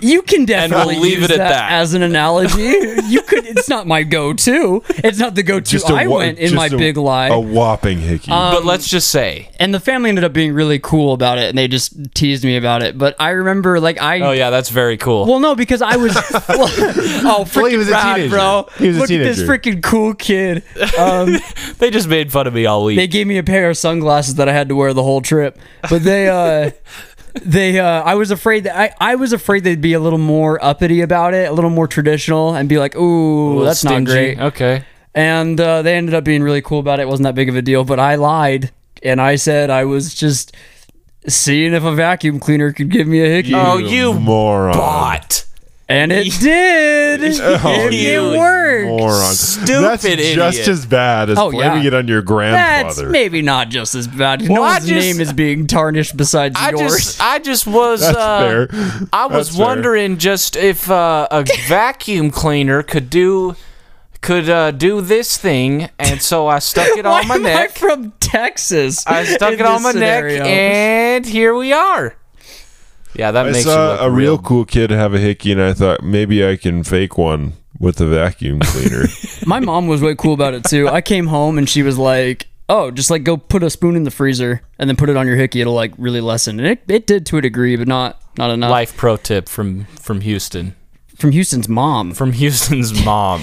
D: you can definitely
B: we'll leave
D: use
B: it at
D: that,
B: that.
D: as an analogy. you could. It's not my go-to. It's not the go-to I
C: wa-
D: went in
C: just
D: my
C: a-
D: big lie. Oh,
C: A whopping hickey.
B: but let's just say,
D: and the family ended up being really cool about it and they just teased me about it but i remember like i
B: oh yeah, that's very cool.
D: well no because i was well, oh freaking
C: Well, he was a
D: rad,
C: teenager.
D: bro
C: He was a
D: look at this
C: teenager.
D: freaking cool kid um,
B: they just made fun of me all week.
D: they gave me a pair of sunglasses that i had to wear the whole trip but they uh they uh, I was afraid that I, I was afraid they'd be a little more uppity about it, a little more traditional, and be like, "Ooh, that's not
B: Stingy.
D: great."
B: Okay.
D: And uh, they ended up being really cool about it. it. wasn't that big of a deal, but I lied and I said I was just seeing if a vacuum cleaner could give me a hickey,
B: Oh, you
C: moron. Oh,
B: bot.
D: and it did. it,
B: you
D: worked.
C: Moron.
B: Stupid
C: That's
B: idiot.
C: just as bad as
D: Oh,
C: blaming
D: yeah.
C: it on your
D: That's
C: grandfather.
D: maybe not just as bad. no
B: Well, I
D: one's
B: just-
D: name is being tarnished besides
B: I
D: yours.
B: just, I just was,
C: That's
B: uh,
C: fair.
B: I was
C: That's fair.
B: wondering just if uh, a vacuum cleaner could do, could uh, do this thing, and so I stuck it
D: Why
B: on my
D: am I
B: neck.
D: from Texas?
B: I stuck
D: in
B: it on my
D: this scenario?
B: neck, and here we are. Yeah, that
C: I
B: makes you
C: saw
B: look
C: uh, a real
B: real.
C: cool kid have a hickey, and I thought maybe I can fake one with a vacuum cleaner.
D: My mom was way cool about it too. I came home and she was like, "Oh, just like go put a spoon in the freezer and then put it on your hickey. It'll like really lessen." And it, it did to a degree, but not not enough.
B: Life pro tip from from Houston,
D: From Houston's mom.
B: from Houston's mom.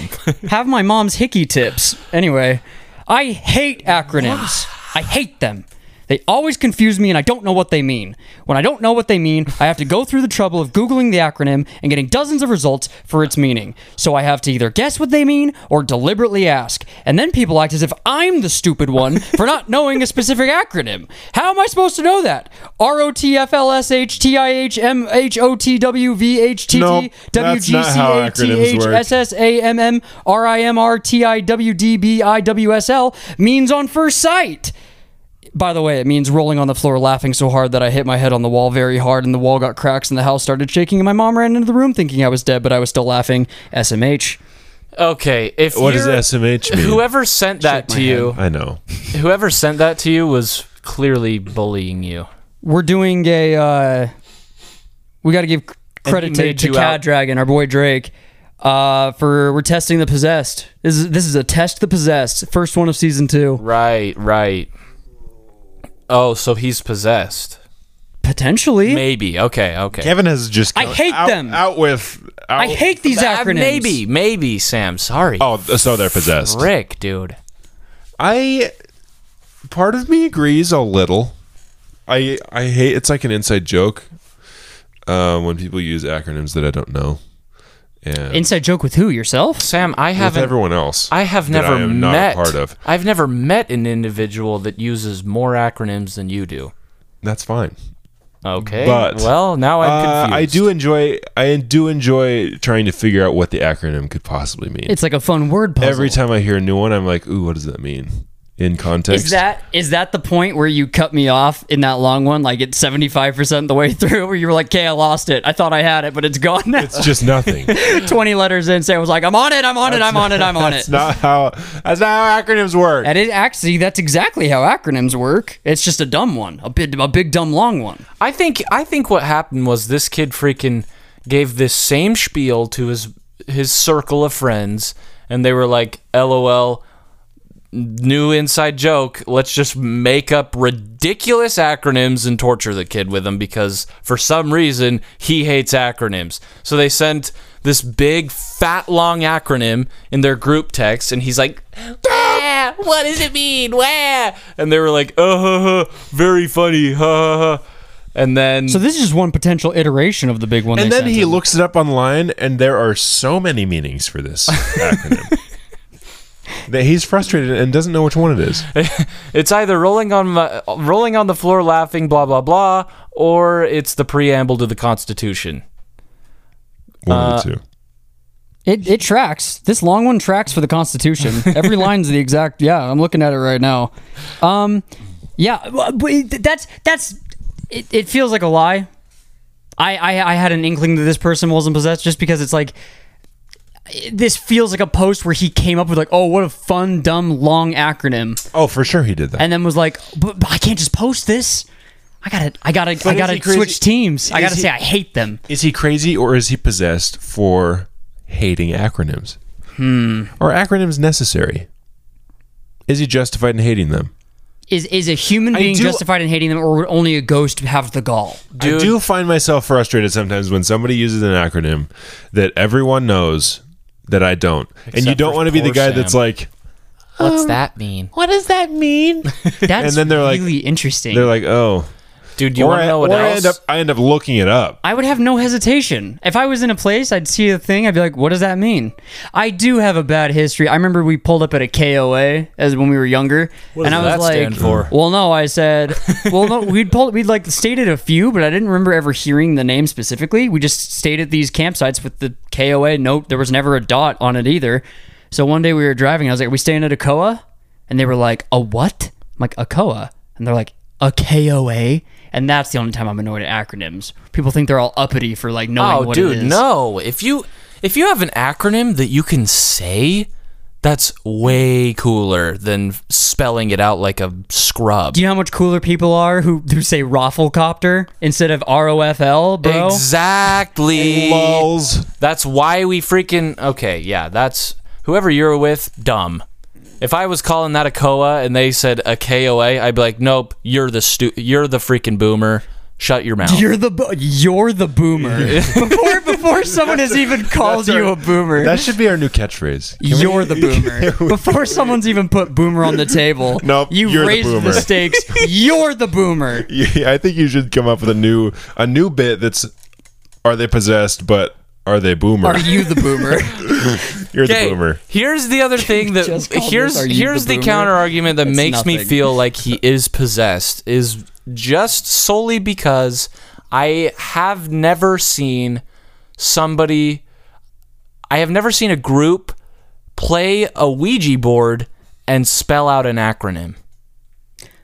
D: Have my mom's hickey tips. Anyway, I hate acronyms. I hate them. They always confuse me and I don't know what they mean. When I don't know what they mean, I have to go through the trouble of Googling the acronym and getting dozens of results for its meaning. So I have to either guess what they mean or deliberately ask. And then people act as if I'm the stupid one for not knowing a specific acronym. How am I supposed to know that? R O T F L S H T I H M H O T W V H T
C: Nope,
D: T W
C: that's
D: G
C: not
D: C
C: how
D: A T
C: acronyms
D: H
C: work.
D: S S A M M R I M R T I W D B I W S L means on first sight. By the way, it means rolling on the floor laughing so hard that I hit my head on the wall very hard and the wall got cracks and the house started shaking and my mom ran into the room thinking I was dead, but I was still laughing. SMH.
B: okay, if
C: what does
B: you're-
C: SMH mean?
B: Whoever sent that to you,
C: I know.
B: whoever sent that to you was clearly bullying you.
D: We're doing a. Uh, we got to give credit to,
B: made
D: to
B: you
D: Cat
B: out.
D: Dragon, our boy Drake, uh, for we're testing the possessed. This is this is a test the possessed first one of season two
B: Right, right. Oh, so he's possessed.
D: potentially.
B: Maybe. Okay, okay.
C: Kevin has just.
D: I hate
C: out,
D: them.
C: Out with. Out,
D: I hate these
B: Uh,
D: acronyms.
B: maybe, maybe, Sam. Sorry.
C: Oh, so they're possessed.
B: Rick, dude.
C: I part of me agrees a little. I I hate it's like an inside joke um, when people use acronyms that I don't know, and
D: Inside joke with who? Yourself?
B: Sam, I
C: with
B: haven't
C: everyone else.
B: I have
C: that
B: never
C: I am not a
B: met
C: part of.
B: I've never met an individual that uses more acronyms than you do.
C: That's fine.
B: Okay.
C: But-
B: well, now I'm
C: Uh,
B: confused.
C: I do enjoy. I do enjoy trying to figure out what the acronym could possibly mean.
D: It's like a fun word puzzle.
C: Every time I hear a new one, I'm like, "Ooh, what does that mean?" In context,
D: Is that is that the point where you cut me off in that long one? Like it's seventy five percent the way through, where you were like, "Okay, I lost it. I thought I had it, but it's gone now."
C: it's just nothing.
D: Twenty letters in, Sam was like, "I'm on it. I'm on it. I'm on it. I'm on it."
C: It's not how. That's not how acronyms work.
D: And it actually, that's exactly how acronyms work. It's just a dumb one, a big, a big dumb long one.
B: I think I think what happened was this kid freaking gave this same spiel to his his circle of friends, and they were like, "LOL, new inside joke. Let's just make up ridiculous acronyms and torture the kid with them because for some reason he hates acronyms." So they sent this big fat long acronym in their group text, and he's like, "Ah, "What does it mean? Where?" And they were like, "Uh, huh, huh, very funny, ha ha ha." And then
D: So this is just one potential iteration of the big one.
C: and
D: they
C: then
D: sent
C: he
D: him.
C: looks it up online, and there are so many meanings for this acronym that he's frustrated and doesn't know which one it is.
B: it's either rolling on my, rolling on the floor laughing blah blah blah or it's the preamble to the constitution.
C: One of
D: Uh,
C: the two.
D: It, it tracks. This long one tracks for the Constitution. Every line's the exact. Yeah, I'm looking at it right now. Um, yeah, but but that's that's. It, it feels like a lie. I, I I had an inkling that this person wasn't possessed just because it's like. This feels like a post where he came up with like, oh, what a fun, dumb, long acronym,
C: Oh, for sure he did that.
D: and then was like, but, but I can't just post this. I gotta, I gotta, I
C: is
D: gotta
C: he crazy-
D: switch teams. I
C: is
D: gotta
C: he-
D: say, I hate them.
C: is he crazy or is he possessed for hating acronyms? Hmm. Are acronyms necessary? Is he justified in hating them?
D: Is is a human being
C: do-
D: justified in hating them, or would only a ghost have the gall?
C: I
B: Dude.
C: do find myself frustrated sometimes when somebody uses an acronym that everyone knows that I don't, and you
B: Except
C: don't
B: for
C: want to be the
B: poor
C: guy
B: Sam.
C: that's like,
B: What's that mean?
D: What does that mean? Um, That's
C: And then they're like-
D: really interesting.
C: they're like, oh,
B: Dude, do you
C: Or
B: want to
C: I-
B: know what
C: or I
B: else?
C: end up, I end up looking it up.
D: I would have no hesitation. If I was in a place, I'd see a thing, I'd be like, what does that mean? I do have a bad history. I remember we pulled up at a KOA as when we were younger. What and
B: does
D: I was
B: that
D: like,
B: stand for?
D: Well, no, I said, well, no, we'd pulled, we'd like stated a few, but I didn't remember ever hearing the name specifically. We just stated these campsites with the KOA note. There was never a dot on it either. So one day we were driving, I was like, are we staying at a KOA? And they were like, a what? I'm like, a KOA. And they're like, a KOA? And that's the only time I'm annoyed at acronyms. People think they're all uppity for like knowing
B: oh,
D: what
B: dude,
D: it is.
B: no. If you if you have an acronym that you can say, that's way cooler than spelling it out like a scrub.
D: Do you know how much cooler people are who, who say Rafflecopter instead of R O F L, bro?
B: Exactly.
C: Lols.
B: That's why we freaking okay. Yeah, that's whoever you're with. Dumb. If I was calling that a koa and they said a koa, I'd be like, nope, you're the stu- you're the freaking boomer. Shut your mouth.
D: You're the bo- you're the boomer. before before someone has even called
C: that's
D: you
C: our-
D: a boomer.
C: That should be our new catchphrase.
D: you're the boomer. Before someone's even put boomer on the table,
C: Nope,
D: you
C: you're the
D: raised
C: boomer.
D: stakes. You're the boomer.
C: Yeah, I think you should come up with a new a new bit that's are they possessed but are they boomer?
D: Are you the boomer?
C: You're
B: Okay,
C: the boomer.
B: Here's the other thing that
D: Just call
B: here's
D: this, "Are you
B: here's the,
D: the boomer?"
B: counter argument that
D: That's
B: makes me
D: nothing.
B: feel like he is possessed is just solely because I have never seen somebody I have never seen a group play a Ouija board and spell out an acronym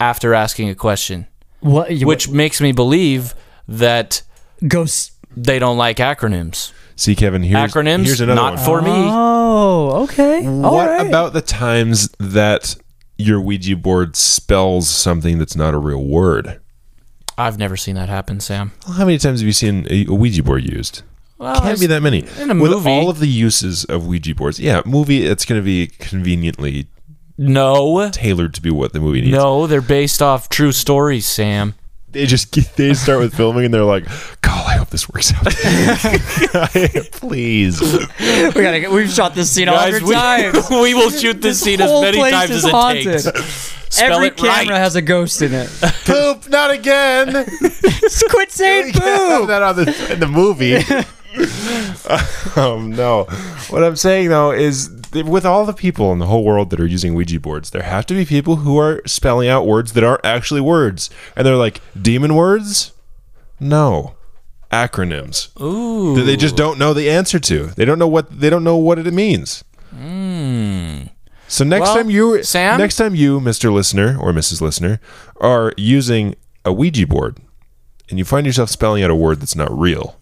B: after asking a question,
D: what? You,
B: which makes me believe that
D: ghost?
B: they don't like acronyms.
C: See Kevin, here's
B: Acronyms
C: here's another
B: not
C: one.
B: for me.
D: Oh, okay.
C: What about the times that your Ouija board spells something that's not a real word?
B: I've never seen that happen, Sam.
C: Well, how many times have you seen a, a Ouija board used?
B: Well,
C: Can't be that many.
B: Oh, in a
C: With
B: movie.
C: all of the uses of Ouija boards, yeah, movie it's going to be conveniently
B: No.
C: tailored to be what the movie needs.
B: No, they're based off true stories, Sam.
C: They just get- they start with filming and they're like, "God, I hope this works out." Please.
D: We gotta. get- We've shot this scene a hundred
B: we,
D: times.
B: we will shoot this, scene as
D: whole
B: many
D: place
B: times
D: is
B: as it
D: haunted.
B: takes. Spell
D: Every
B: it right.
D: camera has a ghost in it.
C: Poop, not again.
D: Quit saying
C: have
D: boo.
C: that on the, in the movie. um, no. What I'm saying though is, that with all the people in the whole world that are using Ouija boards, there have to be people who are spelling out words that aren't actually words, and they're like demon words. No, acronyms
B: Ooh.
C: that they just don't know the answer to. They don't know what they don't know what it means. So next
B: Hmm. Well,
C: time you,
B: Sam?
C: next time you, Mister Listener or Mrs. Listener, are using a Ouija board, and you find yourself spelling out a word that's not real,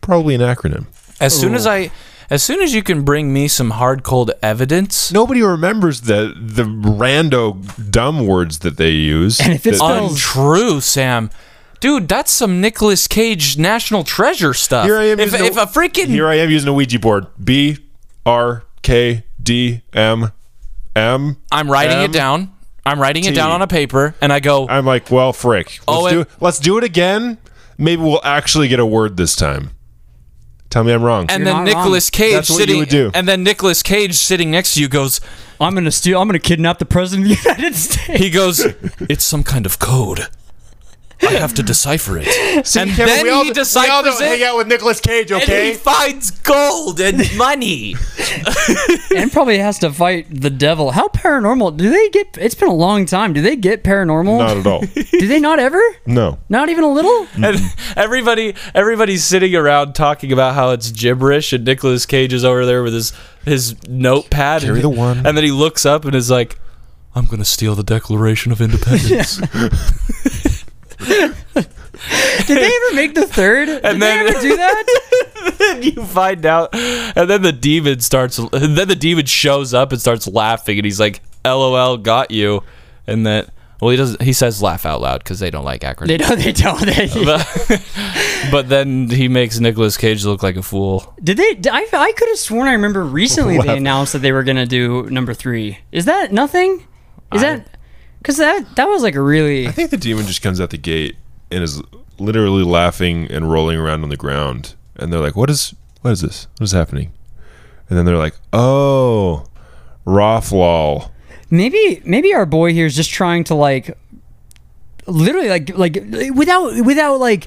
C: probably an acronym.
B: As soon as I as soon as you can bring me some hard cold evidence,
C: Nobody remembers the the rando dumb words that they use. And
D: if it's
C: that,
D: spells-
B: untrue, Sam. Dude, that's some Nicolas Cage National Treasure stuff.
C: here I am
B: if,
C: using
B: if a freaking
C: here I am using a Ouija board. B R K D M M.
B: I'm writing
C: M-
B: it down. I'm writing it down
C: T.
B: on a paper and I go,
C: I'm like, well, frick. Let's,
B: Oh,
C: do,
B: and-
C: let's do it again. Maybe we'll actually get a word this time. Tell me I'm wrong.
B: and
D: You're
B: then
D: not wrong.
B: Nicolas Cage
C: That's what you
B: sitting
C: would do.
B: and then Nicolas Cage sitting next to you goes,
D: I'm gonna steal. I'm gonna kidnap the president of the United States.
B: He goes, It's some kind of code. I have to decipher it. and then he deciphers it.
C: out with Nicolas Cage,
B: And he finds gold and money.
D: and probably has to fight the devil. How paranormal? Do they get? It's been a long time. Do they get paranormal?
C: Not at all.
D: Do they not ever?
C: No.
D: Not even a little.
B: and everybody everybody's sitting around talking about how it's gibberish and Nicolas Cage is over there with his his notepad
C: Carry
B: and,
C: the one.
B: and then he looks up and is like I'm going to steal the Declaration of Independence.
D: Did they ever make the third? Did
B: then-
D: they ever do that?
B: and you find out and then the demon starts and then the demon shows up and starts laughing and he's like lol got you and that well he doesn't he says laugh out loud because they don't like acronyms
D: They don't. They don't. They,
B: but, but then he makes Nicolas Cage look like a fool.
D: did they? I, I could have sworn I remember recently they announced that they were gonna do number three. Is that nothing? Is that? Because that that was like a really.
C: I think the demon just comes out the gate and is literally laughing and rolling around on the ground. And they're like, what is what is this? What is happening? And then they're like, oh, Rothlal.
D: Maybe maybe our boy here is just trying to like literally like like without without like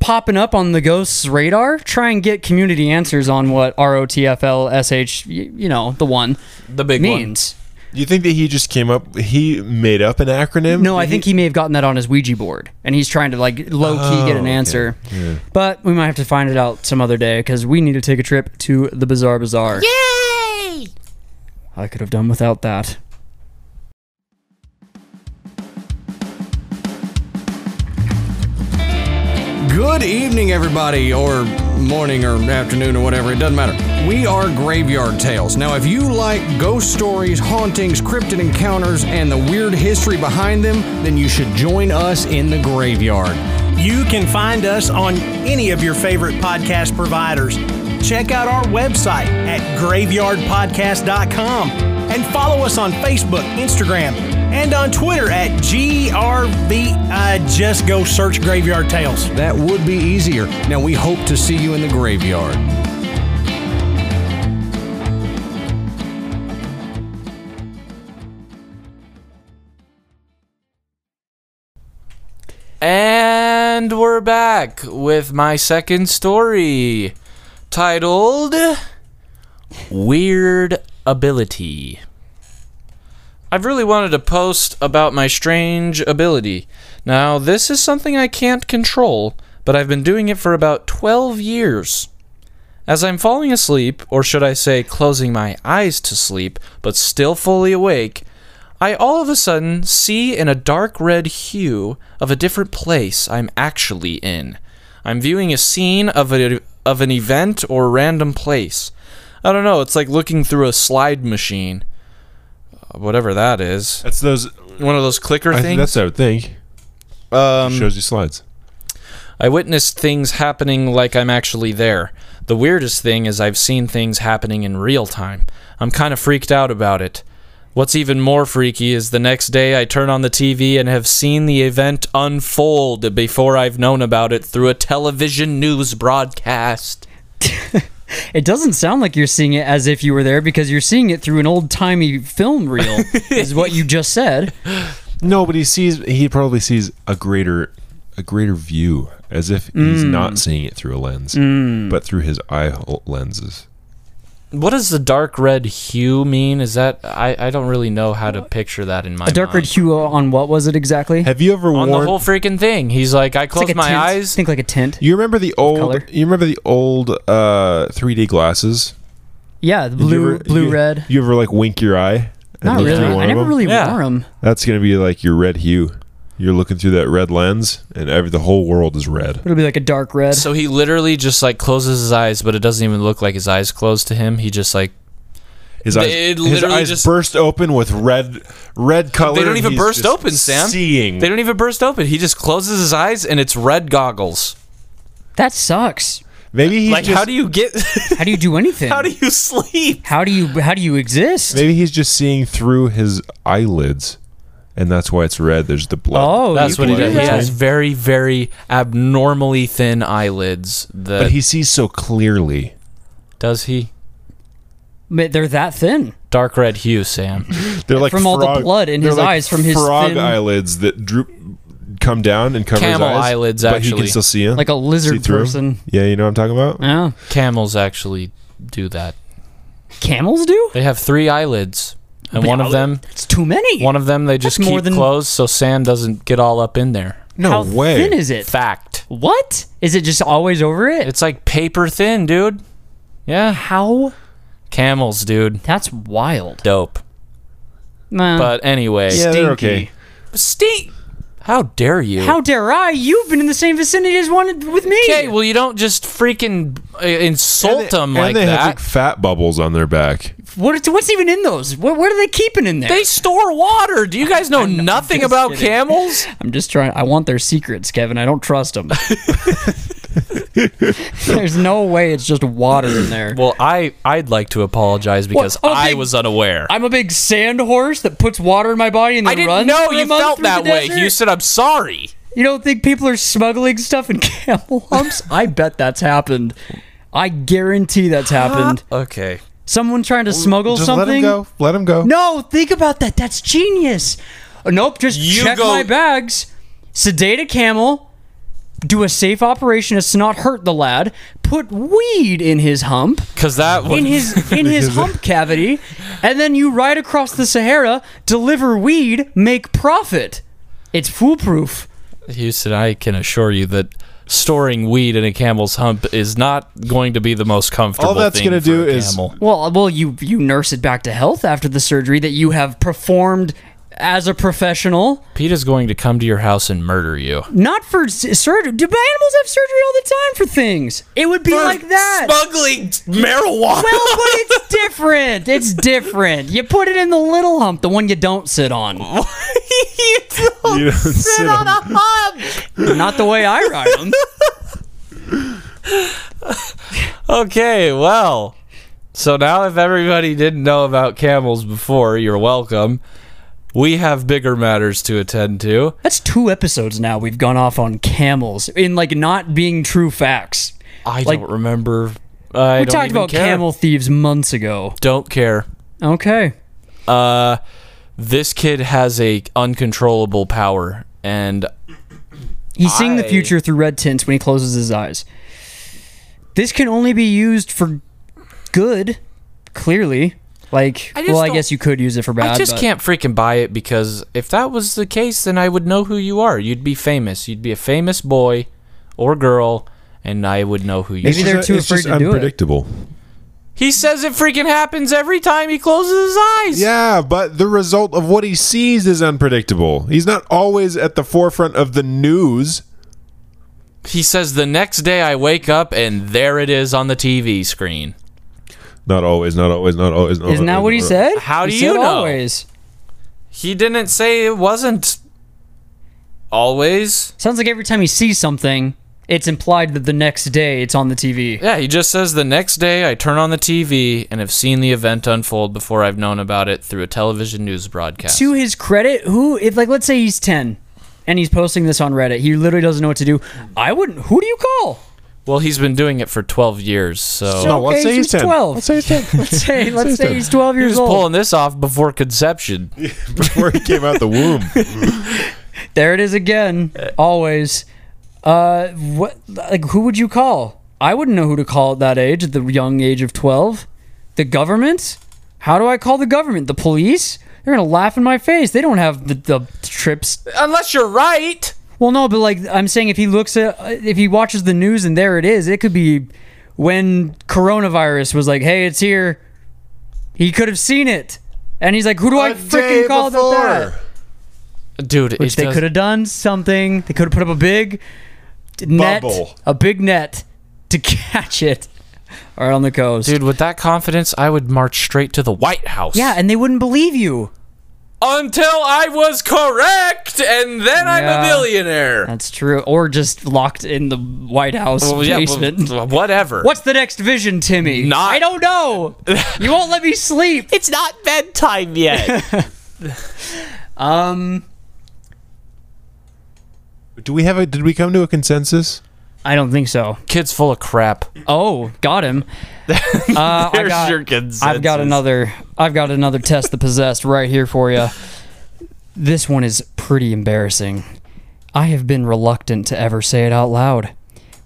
D: popping up on the ghost's radar try and get community answers on what rotflsh y- you know the one
B: The big one.
D: means
C: You think that he just came up? He made up an acronym?
D: no i think he may have gotten that on his ouija board and he's trying to like low-key get an
C: okay.
D: answer but we might have to find it out some other day because we need to take a trip to the bizarre bazaar yay i could have done without that
E: Good evening, everybody, or morning or afternoon or whatever, it doesn't matter. We are Graveyard Tales. Now, if you like ghost stories, hauntings, cryptid encounters, and the weird history behind them, then you should join us in the graveyard.
F: You can find us on any of your favorite podcast providers. Check out our website at graveyardpodcast.com and follow us on Facebook, Instagram, and on Twitter at GRVI. Just go search Graveyard Tales.
E: That would be easier. Now, we hope to see you in the graveyard.
B: And we're back with my second story titled Weird Ability. I've really wanted to post about my strange ability. Now, this is something I can't control, but I've been doing it for about 12 years. As I'm falling asleep, or should I say closing my eyes to sleep, but still fully awake, I all of a sudden see in a dark red hue of a different place I'm actually in. I'm viewing a scene of a of an event or random place. I don't know, it's like looking through a slide machine. Uh, Whatever that is.
C: That's those.
B: One of those clicker
C: I think
B: things.
C: that's what I would think. Um, shows you slides.
B: I witnessed things happening like I'm actually there. The weirdest thing is I've seen things happening in real time. I'm kind of freaked out about it. What's even more freaky is the next day I turn on the TV and have seen the event unfold before I've known about it through a television news broadcast.
D: It doesn't sound like you're seeing it as if you were there because you're seeing it through an old timey film reel, is what you just said.
C: No, but he sees. He probably sees a greater, a greater view, as if he's
D: Mm.
C: not seeing it through a lens, but through his eye hole- lenses.
B: What does the dark red hue mean? Is that I, I don't really know how to picture that in my
D: A dark red
B: mind.
D: hue on what was it exactly?
C: Have you ever
B: on the
C: worn?
B: whole freaking thing. He's like I
D: It's
B: close
D: like a
B: my
D: tint.
B: eyes.
D: Think like a tint.
C: you remember the old?
D: color?
C: You remember the old uh, 3D glasses?
D: Yeah, the
C: Did you
D: blue,
C: ever-
D: blue,
C: you-
D: red.
C: You ever like wink your eye? and
D: Not
C: look
D: really.
C: through one
D: I
C: of
D: never
C: them?
D: really
B: Yeah.
D: wore them.
C: That's gonna be like your red hue. You're looking through that red lens, and every the whole world is red.
D: It'll be like a dark red.
B: So he literally just like closes his eyes, but it doesn't even look like his eyes closed to him. He just like
C: His
B: They-
C: eyes,
B: it
C: his
B: literally
C: eyes
B: just-
C: burst open with red, red color.
B: they don't
C: and
B: even
C: he's
B: burst
C: just
B: open, Sam.
C: Seeing.
B: They don't even burst open. He just closes his eyes and it's red goggles.
D: that sucks.
C: Maybe he's
B: like
C: just,
B: how do you get
D: How do you do anything?
B: how do you sleep?
D: how do you how do you exist?
C: Maybe he's just seeing through his eyelids, and that's why it's red. There's the blood.
D: Oh,
B: That's
D: you
B: what he
D: can
B: does.
D: do
B: He
D: that.
B: has very very abnormally thin eyelids. That
C: but he sees so clearly.
B: does he
D: But They're that thin.
B: dark red hue, Sam.
C: They're like
D: From all the
C: frog-
D: blood in
C: they're
D: his
C: like
D: eyes from his
C: frog
D: thin-
C: eyelids that droop, come down and cover
B: Camel
C: his eyes.
B: eyelids,
C: but he
B: actually.
C: can still see him,
D: Like a lizard
C: see through him.
D: person.
C: Yeah, you know what I'm talking about.
D: Yeah.
B: Camels actually do that.
D: Camels do?
B: They have three eyelids, and one of them
D: It's too many.
B: one of them they just
D: That's more
B: keep
D: than-
B: closed so sand doesn't get all up in there.
C: No
D: How
C: way.
D: thin is it?
B: Fact.
D: What? Is it just always over it?
B: It's like paper thin, dude. Yeah,
D: how?
B: camels, dude.
D: That's wild.
B: Dope.
D: Nah.
B: But anyway,
C: yeah, they're okay.
B: Stink. How dare you?
D: How dare I? You've been in the same vicinity as one with me.
B: Okay, well, you don't just freaking uh,
C: And
B: insult
C: they-
B: them
C: and
B: like
C: they
B: that.
C: have like fat bubbles on their back.
D: What, what's even in those? What, what are they keeping in there?
B: they store water. Do you guys know nothing about
D: kidding.
B: camels?
D: I'm just trying. I want their secrets, Kevin. I don't trust them. There's no way it's just water in there.
B: Well, I I'd like to apologize because
D: oh,
B: I
D: they-
B: was unaware. I,
D: I'm a big sand horse that puts water in my body and then
B: didn't
D: runs
B: know
D: for a
B: you
D: month
B: felt
D: through
B: that
D: the
B: way.
D: desert.
B: You said I'm sorry.
D: You don't think people are smuggling stuff in camel humps? I bet that's happened. I guarantee that's happened.
B: Okay.
D: Someone trying to smuggle
C: Just
D: something.
C: let him go. Let him go.
D: No, think about that. That's genius. Uh, Nope, just
B: You
D: check
B: go-
D: my bags. sedate a camel, do a safe operation as to not hurt the lad, put weed in his hump,
B: Because that
D: in
B: one.
D: his in his hump cavity, and then you ride across the Sahara, deliver weed, make profit. It's foolproof.
B: Houston, I can assure you that storing weed in a camel's hump is not going to be the most comfortable.
C: All that's
B: thing
C: gonna
B: for
C: do
B: a
C: is-
B: camel.
D: Well, well, you you nurse it back to health after the surgery that you have performed as a professional.
B: Pete is going to come to your house and murder you.
D: Not for s- surgery. Do animals have surgery all the time for things? It would be like that.
B: Smuggling marijuana.
D: well, but it's different. It's different. You put it in the little hump, the one you don't sit on. you don't
C: You don't sit on
D: a hump. Not the way I ride them.
B: Okay, well. So now, if everybody didn't know about camels before, you're welcome. We have bigger matters to attend to.
D: That's two episodes now we've gone off on camels in like not being true facts.
B: I
D: Like-
B: don't remember. I
D: We
B: don't
D: talked
B: even
D: about
B: care.
D: camel thieves months ago.
B: Don't care.
D: Okay.
B: Uh, this kid has a uncontrollable power, and
D: He's seeing the
B: I-
D: future through red tints when he closes his eyes. This can only be used for good, clearly. Like,
B: I just
D: well, I
B: don't-
D: guess you could use it for bad.
B: I just
D: but-
B: can't freaking buy it because if that was the case, then I would know who you are. You'd be famous. You'd be a famous boy or girl, and I would know who you.
C: It's
B: are.
D: Maybe they're
C: just-
D: too
C: it's
D: afraid
C: just
D: to do it.
C: unpredictable.
B: He says it freaking happens every time he closes his eyes.
C: Yeah, but the result of what he sees is unpredictable. He's not always at the forefront of the news.
B: He says the next day I wake up and there it is on the TV screen.
C: Not always, not always, not always. Not
D: Isn't that
C: always,
D: what he
C: not always.
D: said?
B: How do
D: He
B: you
D: said
B: know?
D: Always
B: He didn't say it wasn't always.
D: sounds like every time he sees something, it's implied that the next day it's on the TV.
B: Yeah, he just says the next day I turn on the TV and have seen the event unfold before I've known about it through a television news broadcast.
D: To his credit, who if like let's say he's ten and he's posting this on Reddit, he literally doesn't know what to do. I wouldn't. Who do you call?
B: Well, he's been doing it for 12 years, so,
C: No, let's
D: Okay,
C: say
D: so
C: he's 10.
D: twelve.
C: Let's say he's 10.
D: let's say let's say he's twelve
B: he
D: years
B: was
D: old.
B: pulling this off before conception.
C: Before he came out the womb.
D: There it is again. Always. Uh, what? Like, who would you call? I wouldn't know who to call at that age, at the young age of twelve. The government? How do I call the government? The police? They're gonna laugh in my face. They don't have the, the trips.
B: Unless you're right.
D: Well, no, but like I'm saying, if he looks at, if he watches the news and there it is, it could be when coronavirus was like, "Hey, it's here." He could have seen it, and he's like, "Who do I
C: A day
D: freaking call about that?"
C: before.
B: Dude,
D: Which
B: it
D: they
B: does-
D: could have done something. They could have put up a big net,
C: Bubble.
D: a big net to catch it right on the coast.
B: Dude, with that confidence, I would march straight to the White House.
D: Yeah, and they wouldn't believe you.
B: until I was correct, and then I'm
D: Yeah.
B: a billionaire.
D: That's true. Or just locked in the White House
B: Well, yeah,
D: basement.
B: well, whatever.
D: What's the next vision, Timmy?
B: Not-
D: I don't know. you won't let me sleep.
B: It's not bedtime yet.
D: Um,
C: Do we have a? Did we come to a consensus?
D: I don't think so.
B: Kid's full of crap.
D: Oh, got him. Uh, I got, I've got another. I've got another test the possessed right here for you. This one is pretty embarrassing. I have been reluctant to ever say it out loud.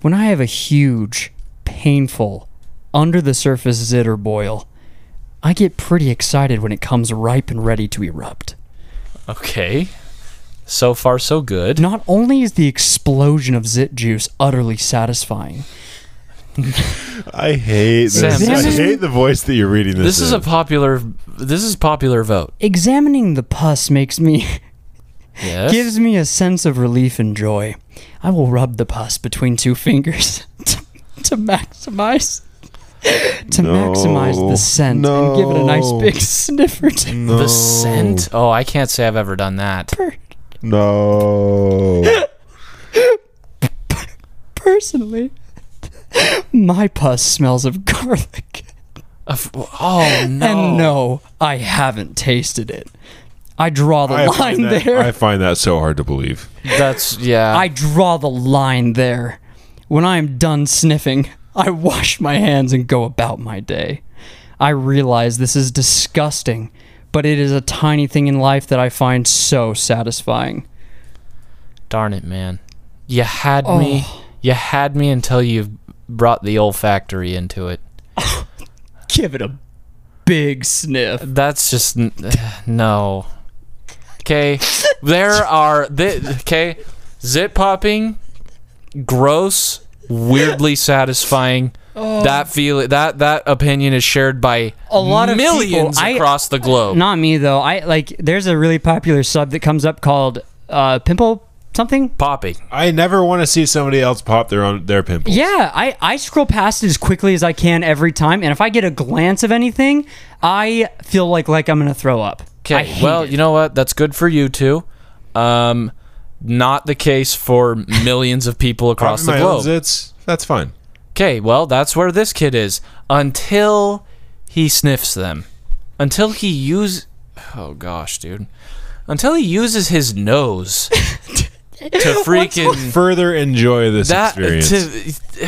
D: When I have a huge, painful, under the surface zitter boil, I get pretty excited when it comes ripe and ready to erupt.
B: Okay. So far, so good.
D: Not only is the explosion of zit juice utterly satisfying,
C: I hate this.
B: Sam,
C: I
B: this
D: is-
C: hate the voice that you're reading this.
B: This is a
C: in.
B: popular. This is popular vote.
D: examining the pus makes me
B: Yes.
D: gives me a sense of relief and joy. I will rub the pus between two fingers to, to maximize to maximize
C: No.
D: the scent and give it a nice
C: No.
D: big sniffer. To
C: no,
B: the scent. Oh, I can't say I've ever done that.
C: Oh, No.
D: Personally, my pus smells of garlic,
B: Of- Oh no.
D: and no, I haven't tasted it. I draw the
C: I
D: line
C: find, that,
D: there.
C: I find that so hard to believe.
B: That's yeah.
D: I draw the line there. When I am done sniffing, I wash my hands and go about my day. I realize this is disgusting, but it is a tiny thing in life that I find so satisfying.
B: Darn it, man. You had me.
D: Oh.
B: You had me until you brought the olfactory into it.
D: Give it a big sniff.
B: That's just n- no. Okay, there are okay zip popping, gross, weirdly satisfying. That feel that that opinion is shared by
D: Oh. A lot of people.
B: millions
D: I-
B: across the globe.
D: Not me though. I like. There's a really popular sub that comes up called uh, pimple something.
B: Popping.
C: I never want to see somebody else pop their own their pimple.
D: Yeah, I, I scroll past it as quickly as I can every time, and if I get a glance of anything, I feel like like I'm gonna throw up. I
B: Okay,
D: hate
B: well,
D: it.
B: you know what? That's good for you too. Um, not the case for millions of people across
C: Popping
B: the
C: my own
B: globe.
C: zits, that's fine.
B: Okay, well, that's where this kid is until he sniffs them. Until he use Oh gosh, dude. Until he uses his nose to
D: Mm.
B: freaking
C: Further enjoy this
D: uh,
B: that
C: experience.
B: to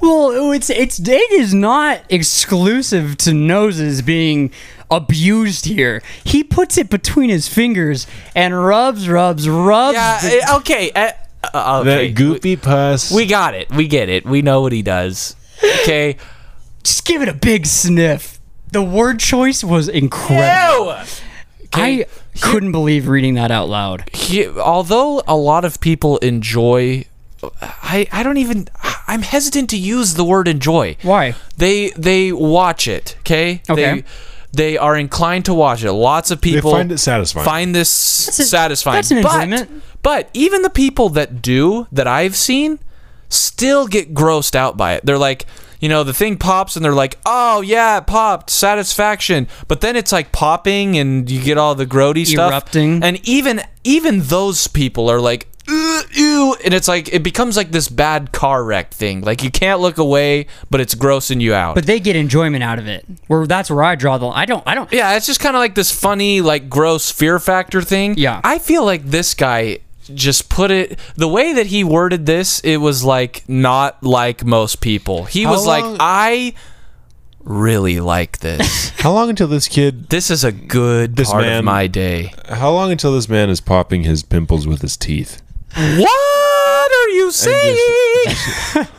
D: Well, oh, it's it's it is not exclusive to noses being abused here. He puts it between his fingers and rubs, rubs, rubs.
B: Yeah,
D: the-
B: eh, okay. eh, uh,
C: that
B: okay.
C: goopy pus.
B: We got it. We get it. We know what he does. Okay.
D: just give it a big sniff. The word choice was incredible.
B: Ew!
D: I couldn't believe reading that out loud.
B: he, although a lot of people enjoy I, I don't even I'm hesitant to use the word enjoy.
D: Why?
B: They they watch it, okay?
D: Okay.
B: They they are inclined to watch it. Lots of people
C: find it satisfying.
B: Find this
D: a-
B: satisfying.
D: that's an
B: but,
D: enjoyment.
B: But even the people that do that I've seen still get grossed out by it. They're like, you know, the thing pops and they're like, "Oh yeah, it popped, satisfaction." But then it's like popping and you get all the grody stuff.
D: Erupting.
B: And even even those people are like, "Ew, ew," and it's like it becomes like this bad car wreck thing. Like you can't look away, but it's grossing you out.
D: But they get enjoyment out of it. Where that's where I draw the. I don't. I don't.
B: Yeah, it's just kind of like this funny, like gross fear factor thing.
D: Yeah.
B: I feel like this guy just put it the way that he worded this, it was like not like most people. He was
C: long-
B: like, I really like this.
C: How long until this kid?
B: this is a good
C: This
B: part
C: man-
B: of my day.
C: How long until this man is popping his pimples with his teeth?
B: What are you saying?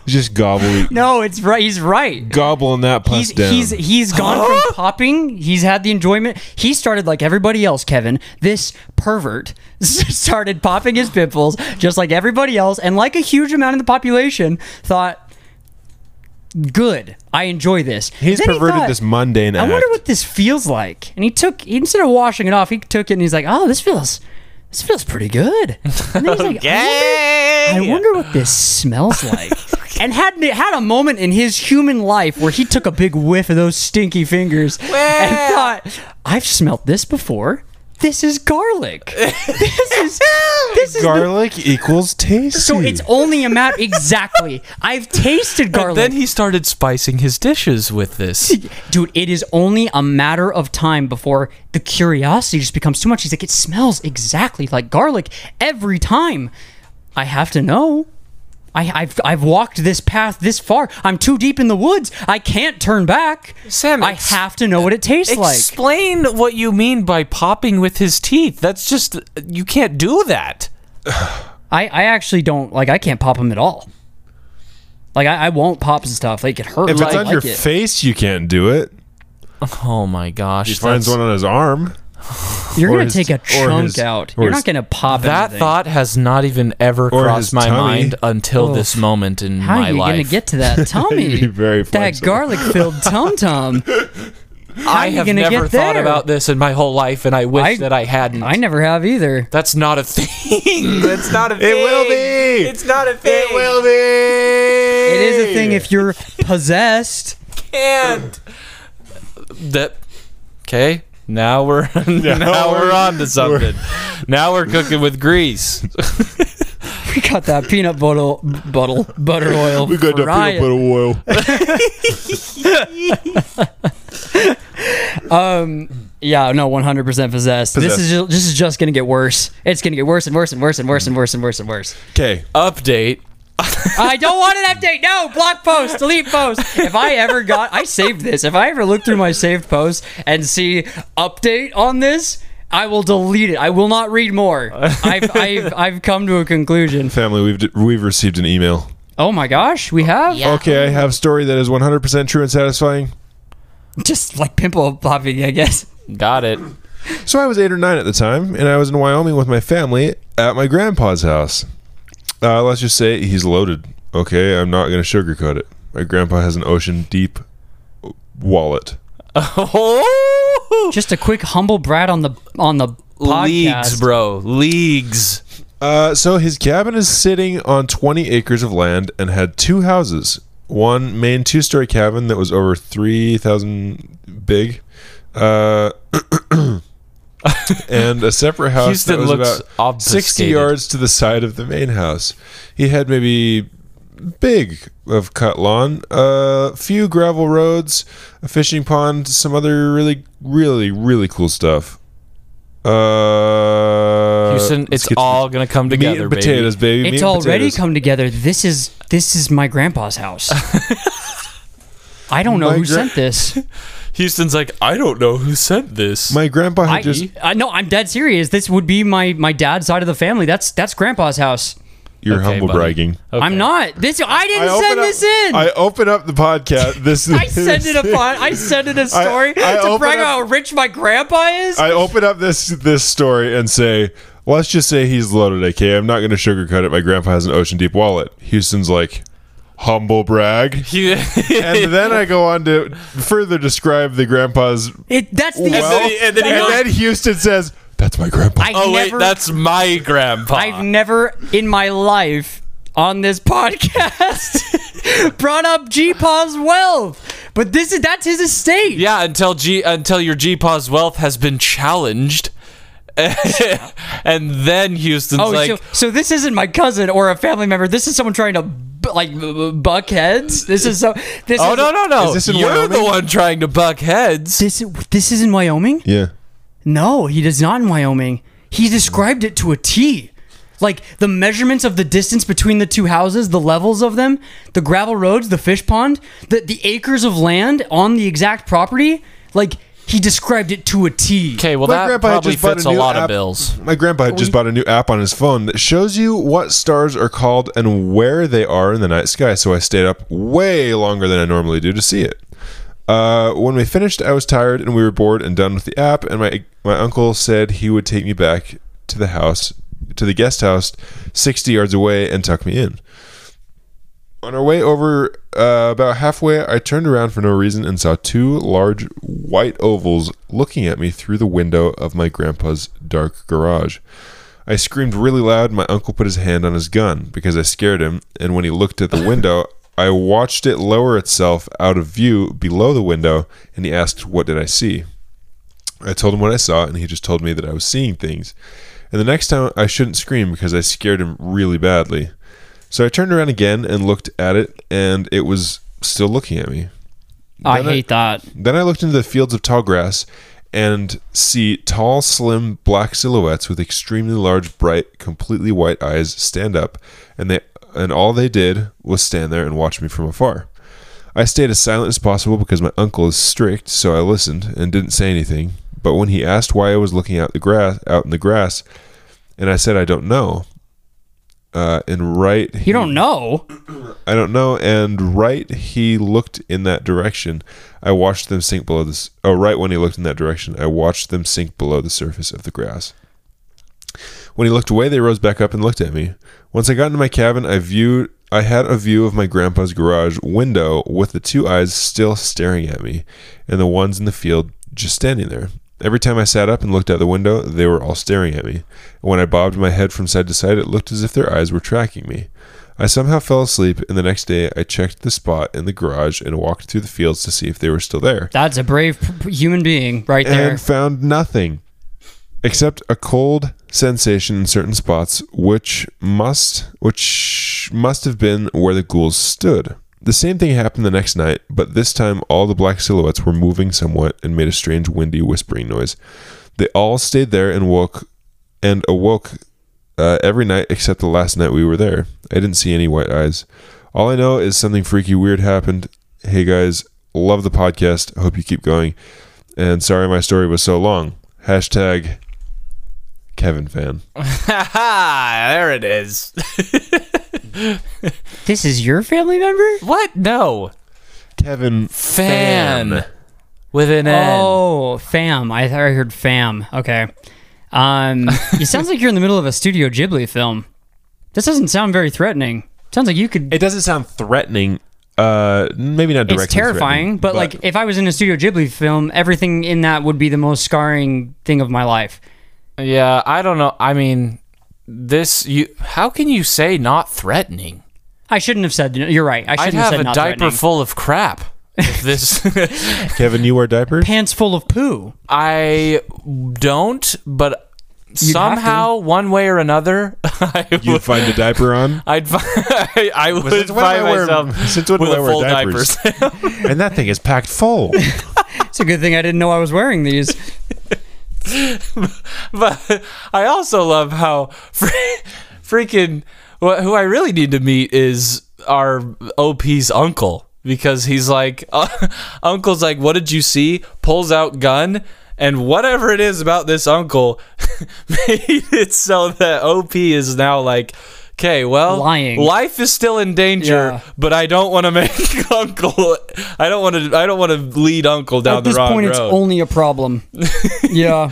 C: Just gobbling,
D: No, it's right. He's right.
C: gobbling that pus
D: He's,
C: down.
D: he's he's gone from popping. He's had the enjoyment. He started like everybody else, Kevin. This pervert started popping his pimples just like everybody else, and like a huge amount of the population thought, "Good, I enjoy this."
C: He's
D: Then he
C: perverted
D: thought,
C: this mundane
D: I
C: act.
D: wonder what this feels like. And he took he, instead of washing it off, he took it and he's like, "Oh, this feels." This feels pretty good. And then he's like, I, wonder, I wonder what this smells like. and had had a moment in his human life where he took a big whiff of those stinky fingers and thought, I've smelt this before. This is garlic. this is this is the-
C: Garlic equals taste.
D: so it's only a matter exactly. I've tasted garlic.
B: Then he started spicing his dishes with this.
D: Dude, it is only a matter of time before the curiosity just becomes too much. He's like, it smells exactly like garlic every time. I have to know. I, I've I've walked this path this far. I'm too deep in the woods. I can't turn back.
B: Sam,
D: I
B: ex-
D: have to know what it tastes like.
B: Explain what you mean by popping with his teeth. That's just you can't do that.
D: I, I actually don't like. I can't pop them at all. Like I, I won't pop and stuff. Like it hurts.
C: if it's
D: I
C: on
D: like
C: your
D: it.
C: face, you can't do it.
B: Oh my gosh.
C: He finds
B: that's-
C: one on his arm.
D: You're
C: or
D: gonna
C: his-
D: take a
C: or
D: chunk
C: his-
D: out.
C: or
D: You're
C: his-
D: not gonna pop
B: that
D: anything.
B: thought has not even ever
C: Or
B: crossed
C: his
B: my
C: tummy.
B: mind until
D: Oof.
B: this moment in
D: How
B: my
D: are you
B: life.
D: gonna get to that
C: You'd
D: tummy?
C: be very
D: that
C: flexible.
D: garlic filled tum tum.
B: I
D: you
B: have
D: gonna
B: never
D: get
B: thought
D: there?
B: about this in my whole life and I wish
D: I-
B: that I hadn't.
D: I never have either.
B: That's not a thing. That's not a thing.
C: be.
B: It's not a thing.
C: be. It
D: It is a thing if you're possessed.
B: And that Okay. Now we're now, we're
C: we're-
B: on to something. now we're cooking with grease.
D: We got that peanut butter butter butter oil.
C: We got that peanut butter oil.
D: Yeah, no, 100% possessed. This
C: Possessed.
D: is just, this is just gonna get worse. It's gonna get worse and worse and worse and worse and worse and worse and worse.
C: Okay.
B: Update.
D: I don't want an update. No, block post, delete post. If I ever got, I saved this. If I ever look through my saved posts and see update on this, I will delete it. I will not read more. I've, I've, I've come to a conclusion.
C: Family, we've we've received an email.
D: Oh my gosh, we have?
C: Okay, I have a story that is 100% true and satisfying.
D: Just like pimple popping, I guess.
B: Got it.
C: So I was eight or nine at the time, and I was in Wyoming with my family at my grandpa's house. Uh, let's just say he's loaded. Okay, I'm not going to sugarcoat it. My grandpa has an ocean deep wallet.
B: Oh,
D: Just a quick humble brat on the on the podcast.
B: leagues, bro. Leagues.
C: Uh, so his cabin is sitting on 20 acres of land and had two houses. One main two story cabin that was over 3,000 big. Uh, and a separate house
B: Houston
C: that was
B: looks
C: about
B: obfuscated.
C: 60 yards to the side of the main house. He had maybe big of cut lawn, a few gravel roads, a fishing pond, some other really, really, really cool stuff. Uh,
B: Houston,
C: let's
B: it's
C: get to the-
B: all gonna come
C: meat
B: together,
C: and
B: baby.
C: potatoes, baby. Meat
D: It's
C: and
D: already
C: potatoes.
D: come together. This is this is my grandpa's house. I don't know
C: My
D: who
C: gra-
D: sent this.
B: Houston's like, I don't know who sent this.
C: My grandpa had
D: I,
C: just.
D: I no, I'm dead serious. This would be my my dad's side of the family. That's that's grandpa's house.
C: You're
B: Okay,
C: humble
B: buddy.
C: bragging.
B: Okay.
D: I'm not. This I didn't
C: open
D: send
C: up-
D: this in.
C: I
D: I,
C: open up the podcast. This.
D: sent it a pod, I sent it a story
C: I
D: to
C: open
D: brag
C: up-
D: about how rich my grandpa is.
C: I open up this this story and say, let's just say he's loaded. Okay, I'm not going to sugarcoat it. My grandpa has an ocean deep wallet. Houston's like, humble brag.
B: He-
C: And then I go on to further describe the grandpa's.
D: it, that's the
C: Well,
B: then he- and then he goes-
C: Houston says, "That's my grandpa."
D: I
B: oh
D: never,
B: wait, that's my grandpa.
D: I've never in my life on this podcast brought up G Paw's wealth. But this is that's his estate.
B: yeah, until G until your G Paw's wealth has been challenged. and then Houston's
D: Oh,
B: like,
D: so, so this isn't my cousin or a family member. This is someone trying to bu- like b- b- buck heads. This is so. This
B: "Oh
D: is,
B: no, no, no!
C: Is this in
B: You're the
C: Wyoming?
B: one trying to buck heads."
D: This this is in Wyoming.
C: yeah.
D: No, he does not in Wyoming. He described it to a T. Like the measurements of the distance between the two houses, the levels of them, the gravel roads, the fish pond, the, the acres of land on the exact property. Like he described it to a T.
B: Okay, well
C: My
B: that
C: grandpa had
B: probably
C: just bought
B: fits
C: a
B: a
C: new
B: lot of
C: app.
B: bills.
C: My grandpa had just bought a new app on his phone that shows you what stars are called and where they are in the night sky, so I stayed up way longer than I normally do to see it. Uh, when we finished, I was tired and we were bored and done with the app, and my, my uncle said he would take me back to the house, to the guest house, 60 yards away, and tuck me in. On our way over, uh, about halfway, I turned around for no reason and saw two large white ovals looking at me through the window of my grandpa's dark garage. I screamed really loud, and my uncle put his hand on his gun because I scared him. And when he looked at the window, I watched it lower itself out of view below the window, and he asked, What did I see? I told him what I saw, and he just told me that I was seeing things. And the next time I shouldn't scream because I scared him really badly. So I turned around again and looked at it, and it was still looking at me.
D: I
C: Then I-
D: hate that.
C: Then I looked into the fields of tall grass and see tall, slim, black silhouettes with extremely large, bright, completely white eyes stand up, and they and all they did was stand there and watch me from afar. I stayed as silent as possible because my uncle is strict, so I listened and didn't say anything. But when he asked why I was looking out the grass, out in the grass, and I said I don't know, uh, and right
D: You don't know.
C: I don't know. And right, he looked in that direction. I watched them sink below this. Oh, right when he looked in that direction, I watched them sink below the surface of the grass. When he looked away, they rose back up and looked at me. Once I got into my cabin, I viewed. I had a view of my grandpa's garage window with the two eyes still staring at me, and the ones in the field just standing there. Every time I sat up and looked out the window, they were all staring at me. And when I bobbed my head from side to side, it looked as if their eyes were tracking me. I somehow fell asleep, and the next day I checked the spot in the garage and walked through the fields to see if they were still there,
D: That's a brave p- human being right there.
C: and found nothing except a cold sensation in certain spots, which must which must have been where the ghouls stood. The same thing happened the next night, but this time all the black silhouettes were moving somewhat and made a strange windy whispering noise. They all stayed there and woke and awoke uh, every night except the last night we were there. I didn't see any white eyes. All I know is something freaky weird happened. Hey guys, love the podcast. Hope you keep going. And sorry my story was so long. Hashtag Kevin fan.
B: Ha There it is.
D: This is your family member?
B: What? No.
C: Kevin
B: Fan. With an N.
D: Oh, fam. I thought I heard fam. Okay. Um, it sounds like you're in the middle of a Studio Ghibli film. This doesn't sound very threatening. Sounds like you could.
C: It doesn't sound threatening. Uh, maybe not directly.
D: it's
C: threatening,
D: terrifying, but, like if I was in a Studio Ghibli film, everything in that would be the most scarring thing of my life.
B: Yeah, I don't know. I mean, this you. How can you say not threatening?
D: I shouldn't have said. You're right. I
B: I'd
D: shouldn't have,
B: have
D: said
B: a
D: not
B: diaper
D: threatening.
B: full of crap. If this,
C: Kevin, you wear diapers.
D: pants full of poo.
B: I don't. But
D: have
B: somehow, one way or another, I would.
C: You find a diaper on,
B: I'd fi- I, I would
C: Since when
B: find
C: am I wearing-
B: myself
C: since when
B: with
C: do I
B: a
C: wear
B: full diaper.
C: diapers? and that thing is packed full.
D: It's a good thing I didn't know I was wearing these.
B: but I also love how fre- freaking wh- who I really need to meet is our OP's uncle because he's like uncle's like what did you see pulls out gun and whatever it is about this uncle made it so that OP is now like okay well
D: Lying.
B: life is still in danger
D: Yeah.
B: but I don't want to make uncle I don't want to I don't want to lead uncle down
D: At
B: the
D: this
B: wrong
D: point,
B: road
D: it's only a problem. yeah.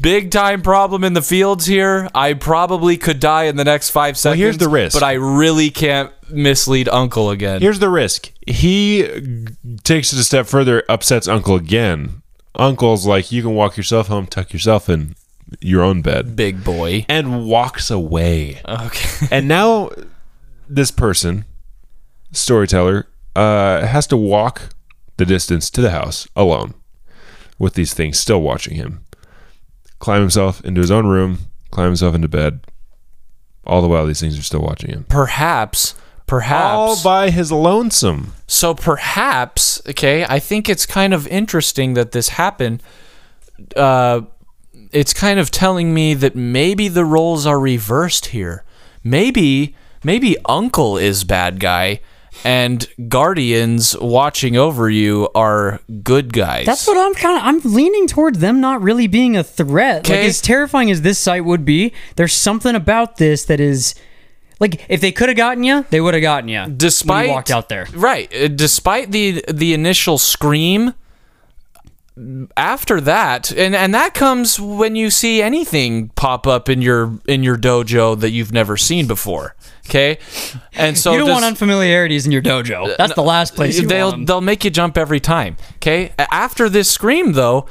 B: big time problem in the fields here. I probably could die in the next five seconds.
C: here's the risk.
B: But I really can't mislead Uncle again.
C: Here's the risk: he g- takes it a step further, upsets Uncle again. Uncle's like, "You can walk yourself home, tuck yourself in your own bed,"
B: big boy.
C: and walks away.
B: Okay.
C: and now this person storyteller uh, has to walk the distance to the house alone with these things still watching him climb himself into his own room climb himself into bed all the while these things are still watching him
B: Perhaps.
C: all
B: Perhaps.
C: by his lonesome
B: so perhaps. Okay. I think it's kind of interesting that this happened. Uh, it's kind of telling me that maybe the roles are reversed here. Maybe maybe Uncle is bad guy. And guardians watching over you are good guys.
D: That's what I'm kind of. I'm leaning toward them not really being a threat. Like
B: Okay.
D: as terrifying as this site would be, there's something about this that is, like, if they could have gotten you, they would have gotten you.
B: despite
D: when you walked out there.
B: right uh, despite the the initial scream after that and and that comes when you see anything pop up in your in your dojo that you've never seen before okay and so
D: you don't
B: this-
D: want unfamiliarities in your dojo. That's the last place you
B: Uh, they'll
D: want 'em.
B: they'll make you jump every time okay A- after this scream though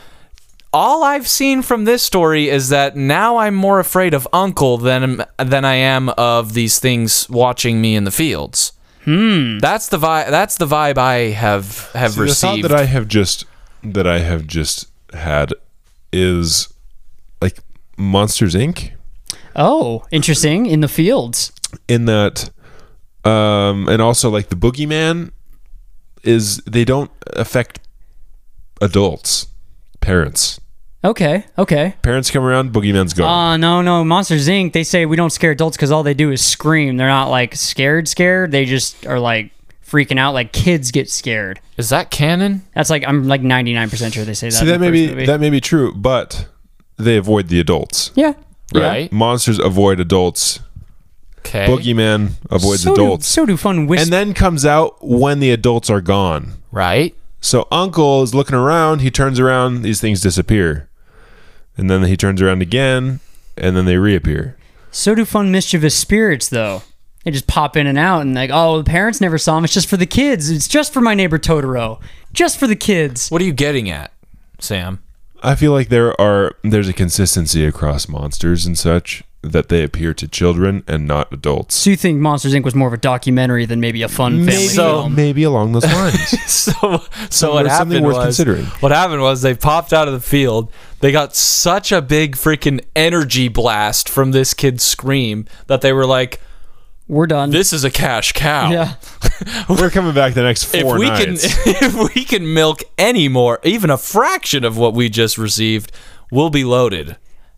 B: all I've seen from this story is that now I'm more afraid of Uncle than um, than I am of these things watching me in the fields. Hmm. That's the vibe. That's the vibe I have have
C: the thought
B: received.
C: that i have just that i have just had is like monsters inc
D: Oh, interesting. In the fields.
C: in that um and also like the boogeyman is they don't affect adults parents
D: Okay. Okay.
C: parents come around boogeyman's
B: Oh.
C: gone
D: Uh, no, no. Monsters Inc. They say we don't scare adults because all they do is scream. They're not like scared, scared. They just are like freaking out. Like kids get scared.
B: is that canon?
D: That's like I'm like 99% sure they say that.
C: see
D: in
C: that
D: the
C: may
D: first
C: be
D: movie.
C: that may be true but they avoid the adults
D: yeah. Eh?
B: Right.
C: monsters avoid adults
B: Okay.
C: boogeyman avoids
D: So do,
C: adults
D: so do fun whispers.
C: and then comes out when the adults are gone
B: Right.
C: so uncle is looking around he turns around these things disappear and then he turns around again and then they reappear
D: so do fun mischievous spirits though. They just pop in and out and like, oh, the parents never saw them. It's just for the kids. It's just for my neighbor Totoro. Just for the kids.
B: What are you getting at, Sam?
C: I feel like there are there's a consistency across monsters and such that they appear to children and not adults.
D: So you think Monsters Inc. was more of a documentary than maybe a fun family
B: So-
D: film?
C: maybe along those lines.
B: so so what
C: worth- something
B: happened
C: worth
B: was
C: considering.
B: what happened was they popped out of the field. They got such a big freaking energy blast from this kid's scream that they were like,
D: We're done.
B: "This is a cash cow."
D: yeah.
C: We're coming back the next
B: If
C: four
B: we
C: nights.
B: can if we can milk any more, even a fraction of what we just received, we'll be loaded.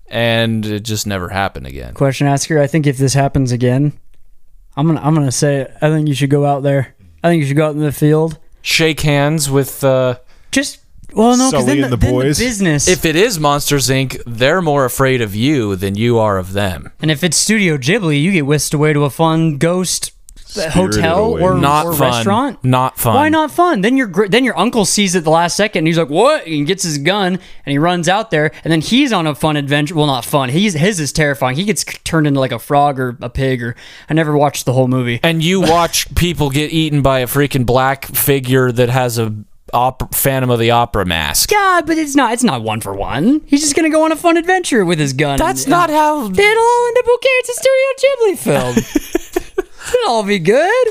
B: And it just never happened again.
D: question asker i think if this happens again i'm gonna i'm gonna say it i think you should go out there i think you should go out in the field
B: Shake hands with uh
D: just Well, no, because
C: Sully
D: then,
C: and
D: the,
C: the
D: then
C: boys?
D: business.
B: If it is Monsters Inc., they're more afraid of you than you are of them.
D: and if it's Studio Ghibli, you get whisked away to a fun ghost hotel
C: away.
D: or,
B: Not
D: or
B: fun.
D: restaurant.
B: Not fun.
D: Why not fun? Then your gr- then your uncle sees it the last second, and he's like, "What?" And he gets his gun, and he runs out there, and then he's on a fun adventure. Well, not fun. He's his is terrifying. He gets c- turned into like a frog or a pig, or I never watched the whole movie.
B: And you watch people get eaten by a freaking black figure that has a op- Phantom of the Opera mask.
D: God, but it's not. It's not one for one. He's just gonna go on a fun adventure with his gun.
B: That's
D: and-
B: not how.
D: It'll all end up okay. It's a Studio Ghibli film. It'll all be good.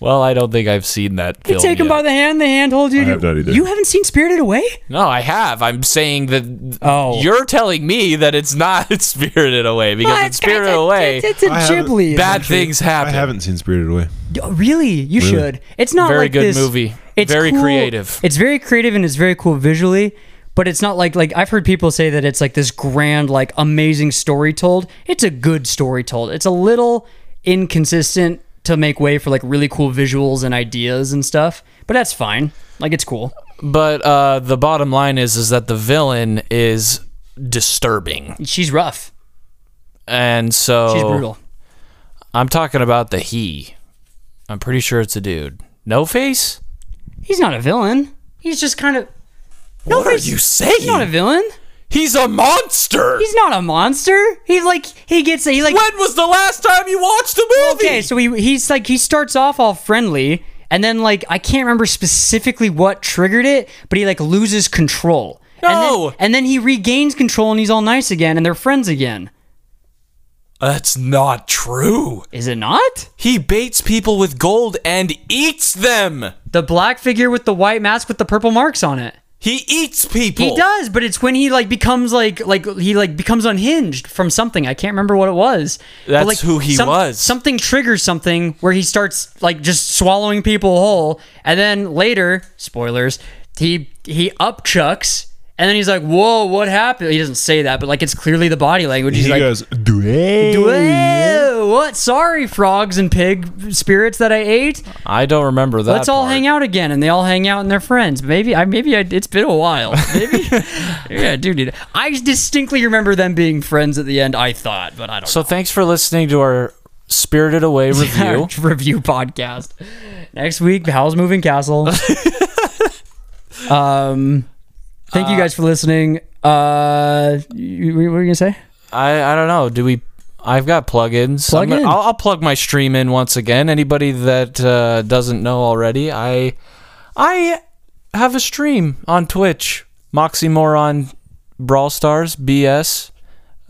B: Well, I don't think I've seen that.
D: You
B: film
D: take him
B: yet.
D: by the hand, the hand holds you.
C: I have not either.
D: You haven't seen Spirited Away?
B: No, I have. I'm saying that.
D: Oh.
B: You're telling me that it's not Spirited Away because it's Spirited Away.
D: It's, a
C: I haven't-
D: Ghibli.
B: Bad things
C: I
B: happen.
C: haven't seen Spirited Away.
D: Oh, Really, you should. It's not
B: Very
D: like
B: good
D: this-
B: movie.
D: It's
B: Very
D: cool-
B: creative.
D: It's very creative and it's very cool visually, but it's not like like I've heard people say that it's like this grand, like amazing story told. It's a good story told. It's a little inconsistent to make way for like really cool visuals and ideas and stuff, but that's fine. Like it's cool.
B: But uh, the bottom line is, is that the villain is disturbing,
D: She's rough.
B: and so
D: She's brutal.
B: I'm talking about the he. I'm pretty sure it's a dude. No face.
D: He's not a villain. He's just kind of. No,
B: What are
D: he's-
B: you saying?
D: He's not a villain.
B: He's a monster.
D: He's not a monster. He's like he gets he like
B: when was the last time you watched the movie?
D: Okay, so he he's like he starts off all friendly, and then like I can't remember specifically what triggered it, but he like loses control.
B: No!
D: And then, and then he regains control and he's all nice again and they're friends again.
B: That's not true.
D: Is it not?
B: He baits people with gold and eats them.
D: The black figure with the white mask with the purple marks on it.
B: He eats people.
D: He does, but it's when he like becomes like like he like becomes unhinged from something. I can't remember what it was. But,
B: That's
D: like,
B: who he
D: some-
B: was.
D: Something triggers something where he starts like just swallowing people whole, and then later, spoilers, he he upchucks, and then he's like, "Whoa, what happened?" He doesn't say that, but like it's clearly the body language. He's
C: he
D: like,
C: goes, "Dwayne."
D: "Whoa, what? Sorry, frogs and pig spirits that I ate.
B: I don't remember that.
D: Let's all hang out again, and they all hang out and they're friends. Maybe I maybe I, it's been a while. Maybe yeah, dude. Need it. I distinctly remember them being friends at the end. I thought, but I don't.
B: So thanks for listening to our Spirited Away
D: know.
B: review.
D: review podcast next week. Howl's Moving Castle. um, thank you guys for listening. Uh, you, what were you gonna say?
B: I I don't know. Do we? I've got plugins.
D: Plug
B: I'm
D: in.
B: I'll, I'll plug my stream in once again. Anybody that uh, doesn't know already, I I have a stream on Twitch. Moxymoron Brawl Stars BS.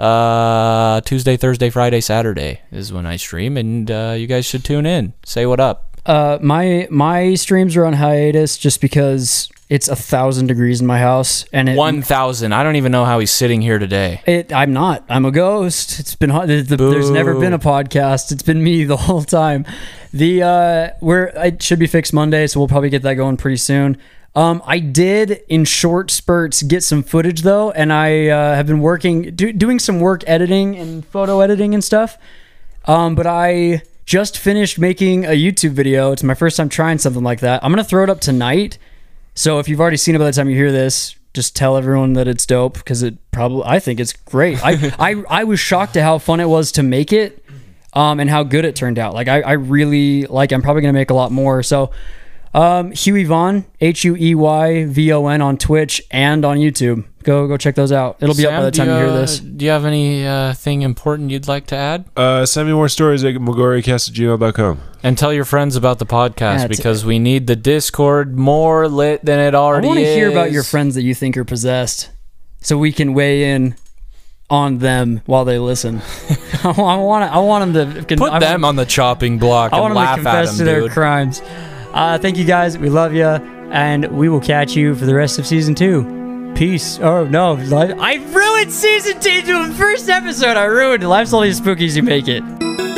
B: Uh, Tuesday, Thursday, Friday, Saturday is when I stream, and uh, you guys should tune in. Say what up.
D: Uh, my my streams are on hiatus just because it's a thousand degrees in my house, and it
B: One thousand. I don't even know how he's sitting here today.
D: It, I'm not. I'm a ghost. It's been hot. The, the, there's never been a podcast. It's been me the whole time. The uh, we're it should be fixed Monday, so we'll probably get that going pretty soon. Um, I did in short spurts get some footage though, and I uh, have been working do, doing some work editing and photo editing and stuff. Um, but I just finished making a YouTube video. It's my first time trying something like that. I'm gonna throw it up tonight. So if you've already seen it by the time you hear this, just tell everyone that it's dope because it probably I think it's great. I, I I was shocked at how fun it was to make it, um, and how good it turned out. Like I, I really like. I'm probably gonna make a lot more. So, um, Huey Vaughn H U E Y V O N on Twitch and on YouTube. Go go check those out. It'll be up by the time
B: do
D: you hear
B: uh,
D: this.
B: do you have any uh, thing important you'd like to add?
C: Uh, send me more stories at mogoricast at gmail.com.
B: And tell your friends about the podcast
D: That's
B: because we need the Discord more lit than it
D: I
B: already
D: want to
B: is.
D: hear about your friends that you think are possessed, so we can weigh in on them while they listen. I want I want them to
B: Put
D: I
B: them on the chopping block
D: I
B: and
D: want them to
B: laugh
D: confess
B: at
D: to
B: them,
D: their
B: dude.
D: crimes. Uh, thank you guys. We love you, and we will catch you for the rest of season two. Peace. Oh no, li- I ruined season two. The first episode, I ruined. it. Life's only as spooky as you make it.